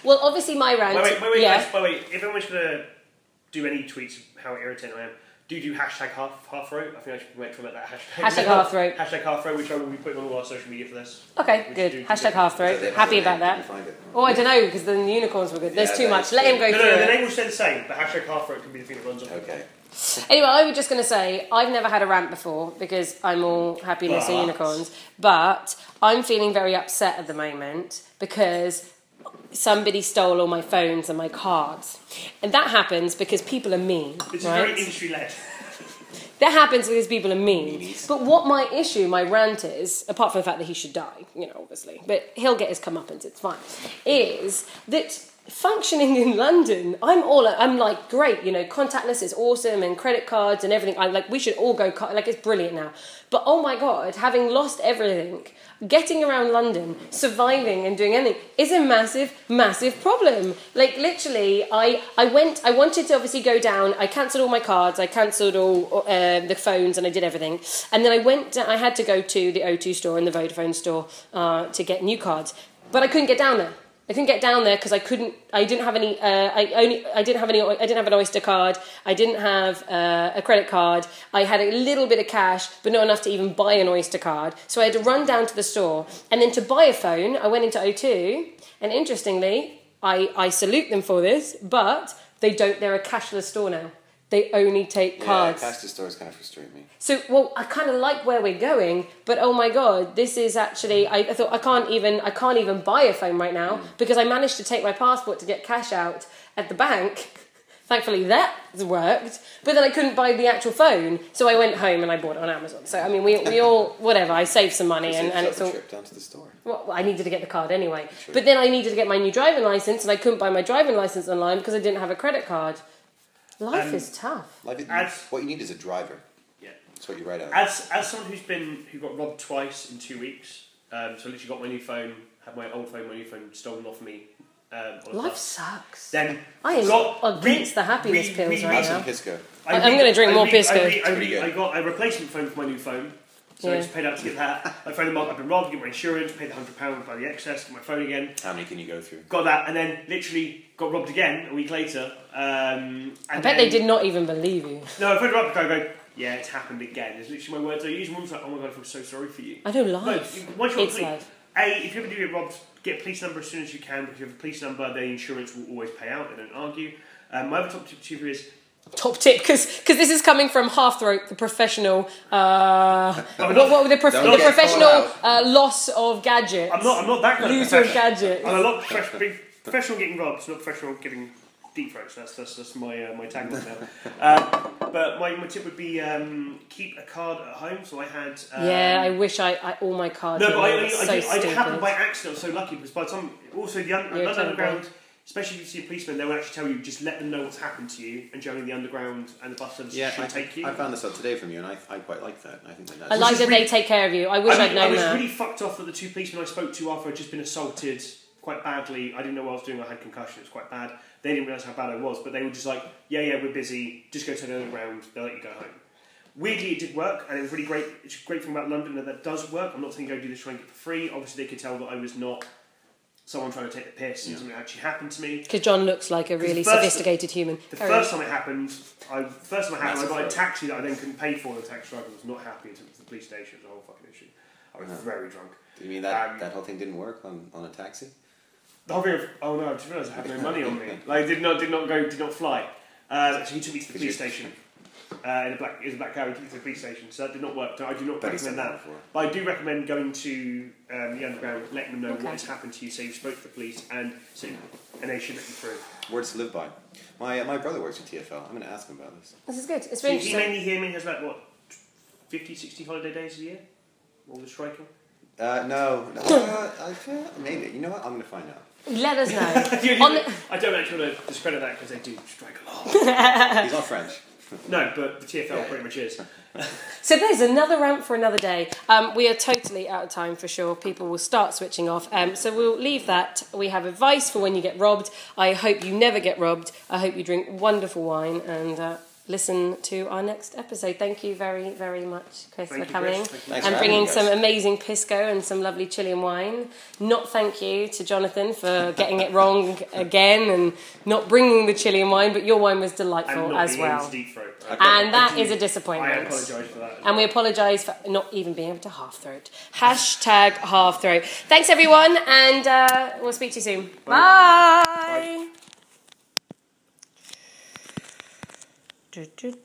S1: Well, obviously my rant.
S5: Wait, wait, wait, wait,
S1: yeah.
S5: guys, wait, wait. If anyone's gonna do any tweets, of how irritating I am. Do do hashtag half half row. I think I should make sure about that hashtag.
S1: Hashtag half row.
S5: Hashtag half row, which I will be putting on all our social media for this.
S1: Okay,
S5: We should do-
S1: good. Hashtag half
S3: So
S1: throat.
S3: that-
S1: Happy
S3: so
S1: about
S3: you
S1: that.
S3: find it.
S1: Oh, I don't know because the unicorns were good. There's
S3: Yeah,
S1: too much.
S3: that's
S1: Let him go
S5: No, no,
S1: through
S5: no. The
S1: it.
S5: name will stay the same, but hashtag half row can be the thing that runs on.
S3: Okay.
S1: Anyway, I was just going to say I've never had a rant before because I'm all happiness and
S5: But-
S1: unicorns, but I'm feeling very upset at the moment because somebody stole all my phones and my cards, and that happens because people are mean.
S5: This is
S1: right?
S5: very industry led.
S1: That happens because people are mean. But what my issue, my rant is, apart from the fact that he should die, you know, obviously, but he'll get his comeuppance, it's fine, is that functioning in London, I'm all I'm like great, you know, contactless is awesome and credit cards and everything. I'm like we should all go car- like it's brilliant now. But oh my god, having lost everything, getting around London, surviving and doing anything is a massive massive problem. Like literally I I went I wanted to obviously go down. I cancelled all my cards, I cancelled all uh, the phones and I did everything. And then I went I had to go to the O2 store and the Vodafone store uh, to get new cards. But I couldn't get down there. I couldn't get down there because I couldn't. I didn't have any. Uh, I only. I didn't have any. I didn't have an Oyster card. I didn't have uh, a credit card. I had a little bit of cash, but not enough to even buy an Oyster card. So I had to run down to the store, and then to buy a phone, I went into O2, and interestingly, I I salute them for this, but they don't. They're a cashless store now. They only take cards.
S3: Yeah, Castor Store is kind of frustrating me.
S1: So, well, I kind of like where we're going, but oh my god, this is actually. I, I thought I can't even. I can't even buy a phone right
S2: Mm.
S1: now because I managed to take my passport to get cash out at the bank. Thankfully, that's worked. But then I couldn't buy the actual phone, so I went home and I bought it on Amazon. So I mean, we, we all whatever. I saved some money and, and it's all.
S3: trip down to the store.
S1: Well, well, I needed to get the card anyway. But then I needed to get my new driving license, and I couldn't buy my driving license online because I didn't have a credit card. Life
S2: And-
S1: is tough.
S3: Like it,
S2: As-
S3: what you need is a driver.
S2: Yeah.
S3: That's what you write out.
S2: As as someone who's been who got robbed twice in two weeks, um, so I literally got my new phone, had my old phone, my new phone stolen off me. Um, on a
S1: Life
S2: bus.
S1: sucks.
S2: Then
S1: I am
S2: got-
S1: against the happiness pills right
S3: Have
S1: now.
S3: some Pisco.
S2: I
S1: I'm
S2: re-
S1: gonna drink
S2: I
S1: more
S2: re-
S1: Pisco.
S2: I, re- I,
S3: Pretty
S2: re-
S3: good.
S2: I got a replacement phone for my new phone, so I
S1: Yeah.
S2: just paid out to get that. I phoned them up. I've been robbed. Get my insurance. Paid the hundred pound by the excess. Got my phone again.
S3: How many can you go through?
S2: Got that, and then literally got robbed again a week later. Um, and
S1: I bet they
S2: then-
S1: did not even believe you.
S2: No, I phoned her up. and I go, yeah, it's happened again. It's literally my words. I use them. I was like, oh my god, I feel so sorry for you.
S1: I know
S2: No,
S1: life.
S2: you- once you're
S1: It's
S2: on police,
S1: life.
S2: A, if you ever do get robbed, get a police number as soon as you can. Because if you have a police number, their insurance will always pay out. They don't argue. Um, my other top tip tip is
S1: Top tip, because this is coming from Halfthroat, the professional, uh, what, what, the, prof-
S3: Don't
S1: the
S3: get
S1: professional
S3: called
S1: uh, loss of gadgets.
S2: I'm not. I'm not that kind of
S1: Loser of
S2: professional.
S1: gadgets.
S2: I'm a lot professional, big professional getting robbed, not professional getting deep throats. That's that's, that's my uh, my tagline now. Uh, but my, my tip would be um, keep a card at home. So I had. Um,
S1: yeah, I wish I, I all my cards.
S2: No,
S1: No,
S2: but I, I, I,
S1: so
S2: did, I
S1: stupid.
S2: happened by accident. I was so lucky because by the time also the un-
S1: You're a
S2: London
S1: clever boy.
S2: underground, especially if you see a policeman, they will actually tell you just let them know what's happened to you, and generally the underground and the bus service
S3: Yeah,
S2: should
S3: I,
S2: take you.
S3: I found this out today from you, and I, I quite like that. I think that that's
S1: I like
S2: is
S1: that
S2: really-
S1: they take care of you. I wish I
S2: I,
S1: would
S2: mean, I
S1: known
S2: was
S1: that.
S2: really fucked off that the two policemen I spoke to after I'd just been assaulted quite badly. I didn't know what I was doing. I had concussion. It was quite bad. They didn't realise how bad I was, but they were just like, "Yeah, yeah, we're busy. Just go to the underground. They'll let you go home." Weirdly, it did work, and it was really great. It's a great thing about London that that does work. I'm not saying go do this trying to get for free. Obviously, they could tell that I was not someone trying to take the piss, and something actually happened to me.
S1: Because John looks like a really
S2: first-
S1: sophisticated human.
S2: The
S1: Carry on.
S2: first time it happened, I first time it happened, I
S3: Massive
S2: got a
S3: fraud.
S2: taxi that I then couldn't pay for. and The taxi driver was not happy. I took it to the police station. It was a whole fucking issue. I was very drunk.
S3: You mean that,
S2: Um,
S3: that whole thing didn't work on, on a taxi?
S2: The whole thing of oh no, I just realised I have no money on me. Like did not did not go did not fly. Uh, so he took me to the
S3: Could
S2: police
S3: you-
S2: station. Uh, in a black is a black car. He took me to the police station. So that did not work. I do not
S3: But he's
S2: recommend
S3: done that
S2: that.
S3: before.
S2: But I do recommend going to um, the underground, letting them know
S1: Okay.
S2: what has happened to you. So you spoke to the police, and so and they should let you through.
S3: Words to live by. My, uh, my brother works at TFL. I'm going to ask him about this.
S1: This is good. It's
S2: So
S1: really
S2: he
S1: interesting.
S2: mainly here mainly has like what 50, 60 holiday days a year. All the striking.
S3: Uh, no, no uh, I feel, maybe. You know what? I'm going to find out.
S1: Let us know.
S2: You- you-
S1: On the-
S2: I don't actually want to discredit that because they do strike a lot.
S3: He's not French.
S2: no, but the TFL
S3: Yeah.
S2: pretty much is.
S1: So there's another rant for another day. Um, we are totally out of time for sure. People will start switching off. Um, so we'll leave that. We have advice for when you get robbed. I hope you never get robbed. I hope you drink wonderful wine and uh, listen to our next episode. Thank you very, very much, Chris,
S2: Thank
S1: for
S2: you,
S1: coming
S2: Chris. Thank you.
S3: Thanks
S1: and
S3: for having
S1: bringing
S3: me, guys.
S1: some amazing pisco and some lovely Chilean wine. Not thank you to Jonathan for getting it wrong again and not bringing the Chilean wine, but your wine was
S2: I'm
S1: delightful
S2: not
S1: as
S2: being
S1: well.
S2: deep throat.
S1: And that is a
S2: I
S1: disappointment.
S2: apologise for that. as
S1: And we apologise for not even being able to half throat. Hashtag half throat. Thanks, everyone, and uh, we'll speak to you soon. Bye. Du- du- du-